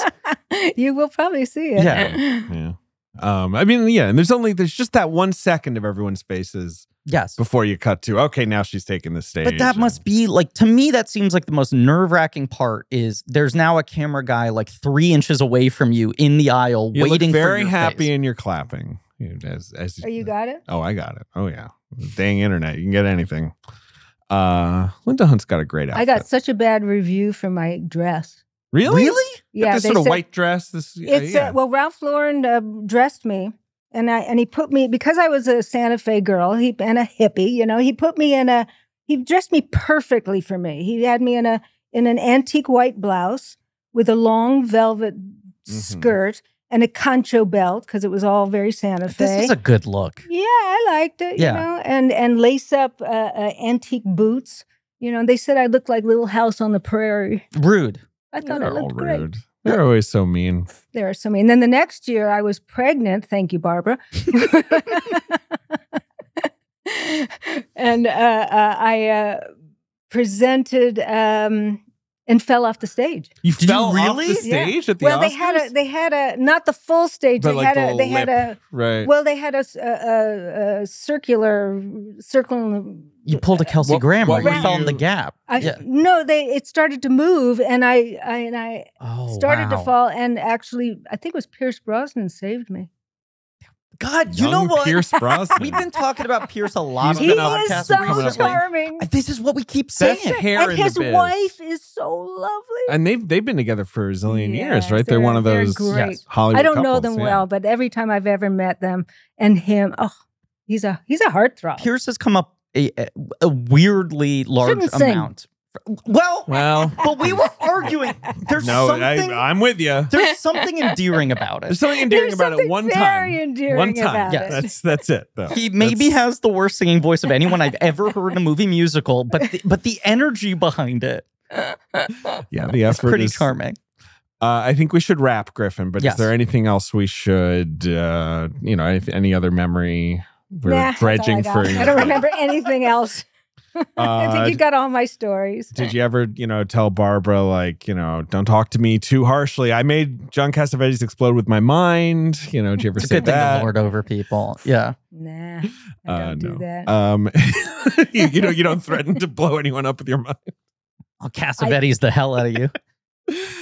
[SPEAKER 2] you will probably see it.
[SPEAKER 1] Yeah.
[SPEAKER 3] yeah. Um, I mean, yeah, and there's only there's just that one second of everyone's faces
[SPEAKER 1] yes.
[SPEAKER 3] before you cut to okay, now she's taking the stage.
[SPEAKER 1] But that
[SPEAKER 3] and-
[SPEAKER 1] must be like to me that seems like the most nerve-wracking part is there's now a camera guy like 3 inches away from you in the aisle
[SPEAKER 3] you
[SPEAKER 1] waiting
[SPEAKER 3] look very
[SPEAKER 1] for your
[SPEAKER 3] happy
[SPEAKER 1] face.
[SPEAKER 3] and you're clapping. You know, As, as
[SPEAKER 2] Oh, you got it?
[SPEAKER 3] Oh, I got it. Oh yeah, dang internet, you can get anything. Uh, Linda Hunt's got a great outfit.
[SPEAKER 2] I got such a bad review for my dress.
[SPEAKER 3] really,
[SPEAKER 1] Really?
[SPEAKER 3] Got
[SPEAKER 2] Yeah,
[SPEAKER 3] this
[SPEAKER 2] they
[SPEAKER 3] sort of
[SPEAKER 2] said-
[SPEAKER 3] white dress. This
[SPEAKER 2] It's
[SPEAKER 3] yeah.
[SPEAKER 2] uh, well, Ralph Lauren uh, dressed me, and I and he put me because I was a Santa Fe girl, he and a hippie. You know, he put me in a he dressed me perfectly for me. He had me in a in an antique white blouse with a long velvet
[SPEAKER 3] Mm-hmm.
[SPEAKER 2] skirt and a concho belt because it was all very Santa Fe.
[SPEAKER 1] This is a good look.
[SPEAKER 2] Yeah, I liked it.
[SPEAKER 1] Yeah.
[SPEAKER 2] You know, and and lace up uh, uh, antique boots You know, and they said I looked like Little House on the Prairie.
[SPEAKER 1] Rude.
[SPEAKER 2] I thought I
[SPEAKER 3] They're all
[SPEAKER 2] looked great.
[SPEAKER 3] rude. They're always so mean.
[SPEAKER 2] There are so many. And then the next year I was pregnant. Thank you, Barbara. and uh, uh, I uh, presented um, and fell off the stage.
[SPEAKER 3] You
[SPEAKER 1] Did you
[SPEAKER 3] fell off
[SPEAKER 1] really?
[SPEAKER 3] the stage at the
[SPEAKER 2] well,
[SPEAKER 3] Oscars?
[SPEAKER 2] they had a they had a not the full stage.
[SPEAKER 3] But
[SPEAKER 2] they
[SPEAKER 3] like
[SPEAKER 2] had
[SPEAKER 3] the
[SPEAKER 2] a they had a
[SPEAKER 3] right.
[SPEAKER 2] well they had a, s- a- a- a circular circling.
[SPEAKER 1] You pulled a Kelsey
[SPEAKER 3] Uh, What-
[SPEAKER 1] Grammer.
[SPEAKER 3] what
[SPEAKER 1] you
[SPEAKER 2] were
[SPEAKER 1] fell in the
[SPEAKER 3] you-
[SPEAKER 1] gap.
[SPEAKER 2] I,
[SPEAKER 1] Yeah.
[SPEAKER 2] No, they it started to move, and I, I and I
[SPEAKER 1] Oh,
[SPEAKER 2] started to
[SPEAKER 1] wow.
[SPEAKER 2] fall, and actually I think it was Pierce Brosnan saved me.
[SPEAKER 1] God, you know
[SPEAKER 3] Young
[SPEAKER 1] what?
[SPEAKER 3] Pierce Brosnan.
[SPEAKER 1] We've been talking about Pierce a lot
[SPEAKER 3] He's
[SPEAKER 1] on
[SPEAKER 2] He
[SPEAKER 1] the
[SPEAKER 3] been
[SPEAKER 2] is
[SPEAKER 1] podcast.
[SPEAKER 2] so
[SPEAKER 3] coming up late.
[SPEAKER 2] charming.
[SPEAKER 1] This is what we keep saying.
[SPEAKER 3] Best hair
[SPEAKER 2] and
[SPEAKER 3] in the
[SPEAKER 2] his
[SPEAKER 3] biz.
[SPEAKER 2] wife is so lovely.
[SPEAKER 3] and they've they've been together for a zillion years,
[SPEAKER 2] Yes,
[SPEAKER 3] right? They're,
[SPEAKER 2] they're-
[SPEAKER 3] one of
[SPEAKER 2] they're
[SPEAKER 3] those
[SPEAKER 2] great.
[SPEAKER 3] yes, Hollywood.
[SPEAKER 2] I don't know
[SPEAKER 3] couples,
[SPEAKER 2] them
[SPEAKER 3] yeah.
[SPEAKER 2] well, but every time I've ever met them and him, oh, he's a he's a heartthrob.
[SPEAKER 1] Pierce has come up a, a- a weirdly large
[SPEAKER 2] Shouldn't sing.
[SPEAKER 1] amount. Well,
[SPEAKER 3] Well,
[SPEAKER 1] but we were arguing. There's
[SPEAKER 3] no,
[SPEAKER 1] something.
[SPEAKER 3] I, I'm with you.
[SPEAKER 1] there's something endearing about
[SPEAKER 3] There's
[SPEAKER 1] it.
[SPEAKER 3] something endearing
[SPEAKER 2] There's
[SPEAKER 3] about
[SPEAKER 2] something
[SPEAKER 3] it one
[SPEAKER 2] very
[SPEAKER 3] time.
[SPEAKER 2] endearing
[SPEAKER 3] one time.
[SPEAKER 2] about
[SPEAKER 1] Yes.
[SPEAKER 2] it.
[SPEAKER 3] That's that's it. Though
[SPEAKER 1] He maybe
[SPEAKER 3] That's-
[SPEAKER 1] has the worst singing voice of anyone I've ever heard in a movie musical, but the, but the energy behind it
[SPEAKER 3] yeah the
[SPEAKER 1] is
[SPEAKER 3] effort
[SPEAKER 1] pretty
[SPEAKER 3] is
[SPEAKER 1] charming.
[SPEAKER 3] Uh, I think we should wrap, Griffin. But
[SPEAKER 1] Yes.
[SPEAKER 3] is there anything else we should, uh, you know, if, any other memory we're
[SPEAKER 2] Nah, that's all I
[SPEAKER 3] dredging
[SPEAKER 2] got.
[SPEAKER 3] for?
[SPEAKER 2] I don't remember anything else. I
[SPEAKER 3] Uh,
[SPEAKER 2] think you got all my stories.
[SPEAKER 3] Did you ever, you know, tell Barbara like, you know, don't talk to me too harshly? I made John Cassavetes explode with my mind. You know, did you ever
[SPEAKER 1] It's a
[SPEAKER 3] say
[SPEAKER 1] good thing to
[SPEAKER 3] that?
[SPEAKER 1] lord over people. Yeah.
[SPEAKER 2] Nah, I
[SPEAKER 3] Uh,
[SPEAKER 2] don't
[SPEAKER 3] no.
[SPEAKER 2] do that.
[SPEAKER 3] Um, you, you know, you don't threaten to blow anyone up with your
[SPEAKER 1] I'll Cassavetes the hell out of you.
[SPEAKER 3] mind.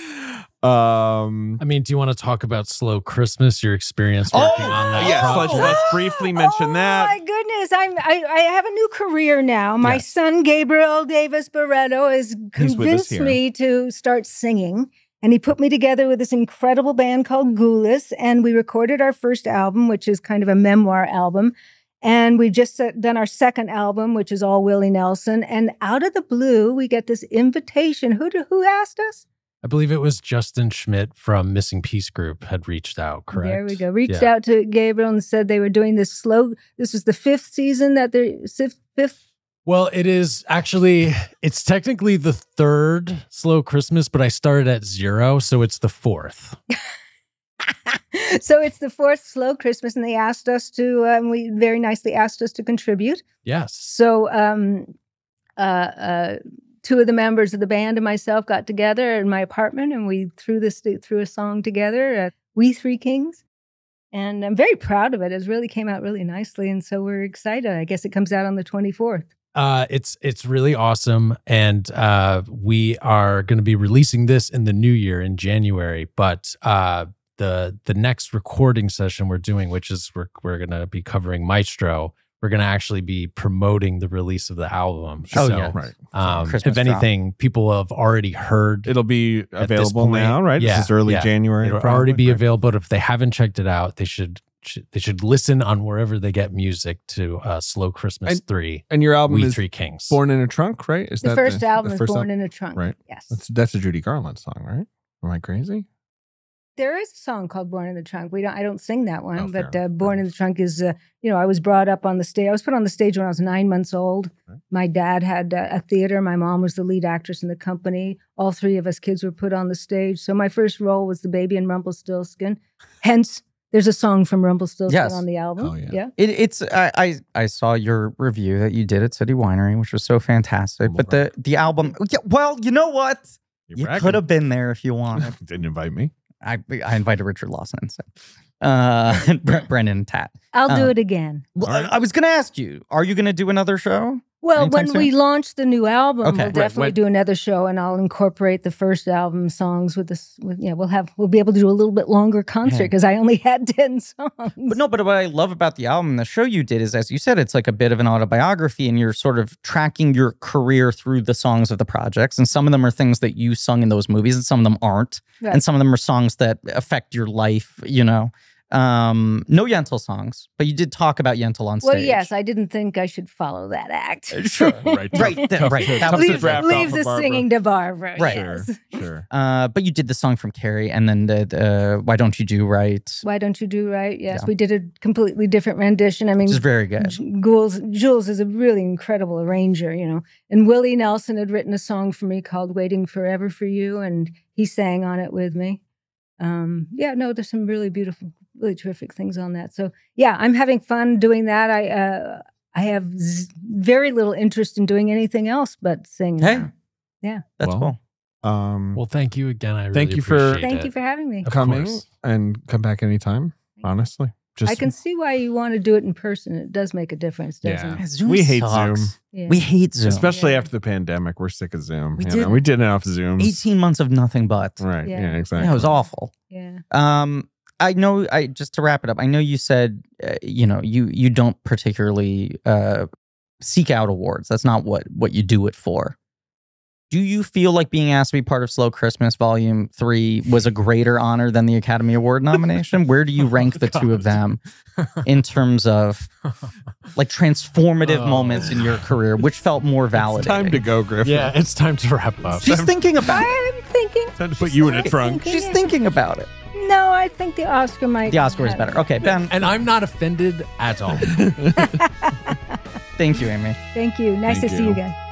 [SPEAKER 3] Um,
[SPEAKER 4] I mean, do you want to talk about Slow Christmas, your experience
[SPEAKER 1] Oh,
[SPEAKER 4] working on that
[SPEAKER 3] yes, let's,
[SPEAKER 4] project?
[SPEAKER 3] let's briefly mention
[SPEAKER 2] oh,
[SPEAKER 3] that.
[SPEAKER 2] my goodness, I'm I, I have a new career now. My
[SPEAKER 3] Yes.
[SPEAKER 2] son Gabriel Davis Barreto has
[SPEAKER 3] He's with us
[SPEAKER 2] convinced me to start singing. And he put me together with this incredible band called Goulis, and we recorded our first album, which is kind of a memoir album. And we just set- done our second album, which is all Willie Nelson. And out of the blue, we get this invitation. Who do, who asked us?
[SPEAKER 4] I believe it was Justin Schmidt from Missing Peace Group had reached out, correct?
[SPEAKER 2] There we go. Reached
[SPEAKER 4] Yeah.
[SPEAKER 2] out to Gabriel and said they were doing this slow. This was the fifth season that they're fifth, fifth
[SPEAKER 4] Well, it is actually, it's technically the third Slow Christmas, but I started at zero, so it's the fourth.
[SPEAKER 2] so it's the fourth slow Christmas, and they asked us to. Um, we very nicely asked us to contribute.
[SPEAKER 4] Yes.
[SPEAKER 2] So um, uh, uh, two of the members of the band and myself got together in my apartment, and we threw this threw a song together. Uh, we three kings, and I'm very proud of it. It really came out really nicely, and so we're excited. I guess it comes out on the 24th.
[SPEAKER 4] Uh, it's it's really awesome, and uh, we are going to be releasing this in the new year in January. But uh, the the next recording session we're doing, which is we're we're going to be covering Maestro, we're going to actually be promoting the release of the album.
[SPEAKER 1] Oh,
[SPEAKER 4] so,
[SPEAKER 1] yeah.
[SPEAKER 3] Right.
[SPEAKER 4] um,
[SPEAKER 1] Christmas
[SPEAKER 4] if
[SPEAKER 1] drop.
[SPEAKER 4] anything, people have already heard.
[SPEAKER 3] It'll be available
[SPEAKER 4] point,
[SPEAKER 3] now, right?
[SPEAKER 4] yeah,
[SPEAKER 3] this is early
[SPEAKER 4] yeah.
[SPEAKER 3] January.
[SPEAKER 4] It'll
[SPEAKER 3] probably,
[SPEAKER 4] already be
[SPEAKER 3] right?
[SPEAKER 4] available. But if they haven't checked it out, they should. should- They should listen on wherever they get music to uh, "Slow Christmas"
[SPEAKER 3] And-
[SPEAKER 4] three,
[SPEAKER 3] And your album
[SPEAKER 4] "We
[SPEAKER 3] is
[SPEAKER 4] Three Kings."
[SPEAKER 3] Born in a Trunk, right? Is
[SPEAKER 2] The
[SPEAKER 3] that
[SPEAKER 2] first album
[SPEAKER 3] the
[SPEAKER 2] is
[SPEAKER 3] first
[SPEAKER 2] Born
[SPEAKER 3] al-
[SPEAKER 2] in a Trunk.
[SPEAKER 3] right.
[SPEAKER 2] Yes.
[SPEAKER 3] That's that's a Judy Garland song, right? Am I crazy?
[SPEAKER 2] There is a song called "Born in the Trunk." We don't. I don't sing that one,
[SPEAKER 3] Oh, fair
[SPEAKER 2] but uh,
[SPEAKER 3] enough, fair
[SPEAKER 2] "Born in the Trunk" is. Uh, you know, I was brought up on the stage. I was put on the stage when I was nine months old.
[SPEAKER 3] Okay.
[SPEAKER 2] My dad had uh, a theater. My mom was the lead actress in the company. All three of us kids were put on the stage. So my first role was the baby in Rumpelstiltskin. Hence, there's a song from Rumpelstiltskin
[SPEAKER 1] Yes.
[SPEAKER 2] on the album.
[SPEAKER 3] Oh, yeah.
[SPEAKER 1] It, it's I, I I saw your review that you did at City Winery, which was so fantastic.
[SPEAKER 3] Humble
[SPEAKER 1] But the the album, yeah, well, you know what?
[SPEAKER 3] You're
[SPEAKER 1] You
[SPEAKER 3] bragging.
[SPEAKER 1] could have been there if you wanted.
[SPEAKER 3] didn't invite me.
[SPEAKER 1] I I invited Richard Lawson instead. Uh, Bre- Brendan and Tat.
[SPEAKER 2] I'll do
[SPEAKER 3] Um,
[SPEAKER 1] Oh.
[SPEAKER 2] it again.
[SPEAKER 1] Well,
[SPEAKER 3] All right.
[SPEAKER 1] I, I was going to ask you: Are you going to do another show?
[SPEAKER 2] Well,
[SPEAKER 1] Anytime
[SPEAKER 2] when we launch the new album,
[SPEAKER 1] Okay.
[SPEAKER 2] we'll
[SPEAKER 1] Right,
[SPEAKER 2] definitely
[SPEAKER 3] when-
[SPEAKER 2] do another show, and I'll incorporate the first album songs with this. With, yeah, we'll have we'll be able to do a little bit longer concert
[SPEAKER 1] Yeah.
[SPEAKER 2] because I only had ten songs.
[SPEAKER 1] But no, but what I love about the album, and the show you did is, as you said, it's like a bit of an autobiography, and you're sort of tracking your career through the songs of the projects. And some of them are things that you sung in those movies, and some of them aren't.
[SPEAKER 2] Right.
[SPEAKER 1] And some of them are songs that affect your life, you know. Um, no Yentl songs, but you did talk about Yentl on stage.
[SPEAKER 2] Well, yes, I didn't think I should follow that act.
[SPEAKER 3] Sure. Right.
[SPEAKER 1] right, th-
[SPEAKER 3] Tough
[SPEAKER 1] right.
[SPEAKER 3] to-
[SPEAKER 1] That
[SPEAKER 3] tough
[SPEAKER 1] was
[SPEAKER 3] to
[SPEAKER 1] the
[SPEAKER 2] leave
[SPEAKER 1] draft.
[SPEAKER 3] draft
[SPEAKER 2] leave
[SPEAKER 3] off
[SPEAKER 2] the
[SPEAKER 3] of Barbara.
[SPEAKER 2] singing to Barbara.
[SPEAKER 1] Right.
[SPEAKER 2] Yes.
[SPEAKER 3] Sure.
[SPEAKER 1] Uh, but you did the song from Carrie, and then the, the uh, "Why Don't You Do Right,"
[SPEAKER 2] Why don't you do right? Yes,
[SPEAKER 1] Yeah.
[SPEAKER 2] we did a completely different rendition. I mean,
[SPEAKER 1] which is very good.
[SPEAKER 2] J- Jules, Jules is a really incredible arranger, you know. And Willie Nelson had written a song for me called "Waiting Forever for You," and he sang on it with me. Um, yeah, no, there's some really beautiful, really terrific things on that. So yeah, I'm having fun doing that. I uh, I have z- very little interest in doing anything else but singing.
[SPEAKER 1] Hey,
[SPEAKER 2] now. Yeah.
[SPEAKER 1] that's
[SPEAKER 3] Well,
[SPEAKER 1] cool.
[SPEAKER 3] Um,
[SPEAKER 4] Well, Mm-hmm. thank you again. I really
[SPEAKER 3] Thank you for-
[SPEAKER 4] appreciate
[SPEAKER 2] Thank
[SPEAKER 4] it.
[SPEAKER 2] you for having me.
[SPEAKER 4] Of
[SPEAKER 3] coming
[SPEAKER 4] course.
[SPEAKER 3] and come back anytime. Honestly, just
[SPEAKER 2] I can see why you want to do it in person. It does make a difference, doesn't
[SPEAKER 3] Yeah.
[SPEAKER 2] it?
[SPEAKER 1] Zoom
[SPEAKER 3] We hate
[SPEAKER 1] sucks.
[SPEAKER 3] Zoom.
[SPEAKER 2] Yeah.
[SPEAKER 1] We hate Zoom.
[SPEAKER 3] especially
[SPEAKER 2] Yeah.
[SPEAKER 3] after the pandemic. We're sick of Zoom.
[SPEAKER 1] We
[SPEAKER 3] you
[SPEAKER 1] did-
[SPEAKER 3] know? we did enough Zooms.
[SPEAKER 1] Eighteen months of nothing but.
[SPEAKER 3] Right. Yeah.
[SPEAKER 2] Yeah.
[SPEAKER 3] exactly.
[SPEAKER 1] Yeah, it was awful.
[SPEAKER 2] yeah.
[SPEAKER 1] Um, I know. I just to wrap it up. I know you said uh, you know you you don't particularly uh, seek out awards. That's not what what you do it for. Do you feel like being asked to be part of Slow Christmas Volume Three was a greater honor than the Academy Award nomination? Where do
[SPEAKER 3] Oh
[SPEAKER 1] you rank the two of them in terms of like transformative
[SPEAKER 4] Oh.
[SPEAKER 1] moments in your career? Which felt more
[SPEAKER 3] It's
[SPEAKER 1] validating?
[SPEAKER 3] time to go, Griffin.
[SPEAKER 4] yeah, it's time to wrap up.
[SPEAKER 1] She's thinking about. it.
[SPEAKER 2] I'm thinking.
[SPEAKER 3] Time to put you in a
[SPEAKER 2] She's
[SPEAKER 3] trunk.
[SPEAKER 1] She's thinking about it.
[SPEAKER 2] No, I think the Oscar might.
[SPEAKER 1] The Oscar is better. Okay,
[SPEAKER 2] um,
[SPEAKER 1] Ben.
[SPEAKER 4] And I'm not offended at all.
[SPEAKER 1] Thank you, Amy.
[SPEAKER 2] Thank you. Nice
[SPEAKER 3] Thank
[SPEAKER 2] to see
[SPEAKER 3] you.
[SPEAKER 2] you guys.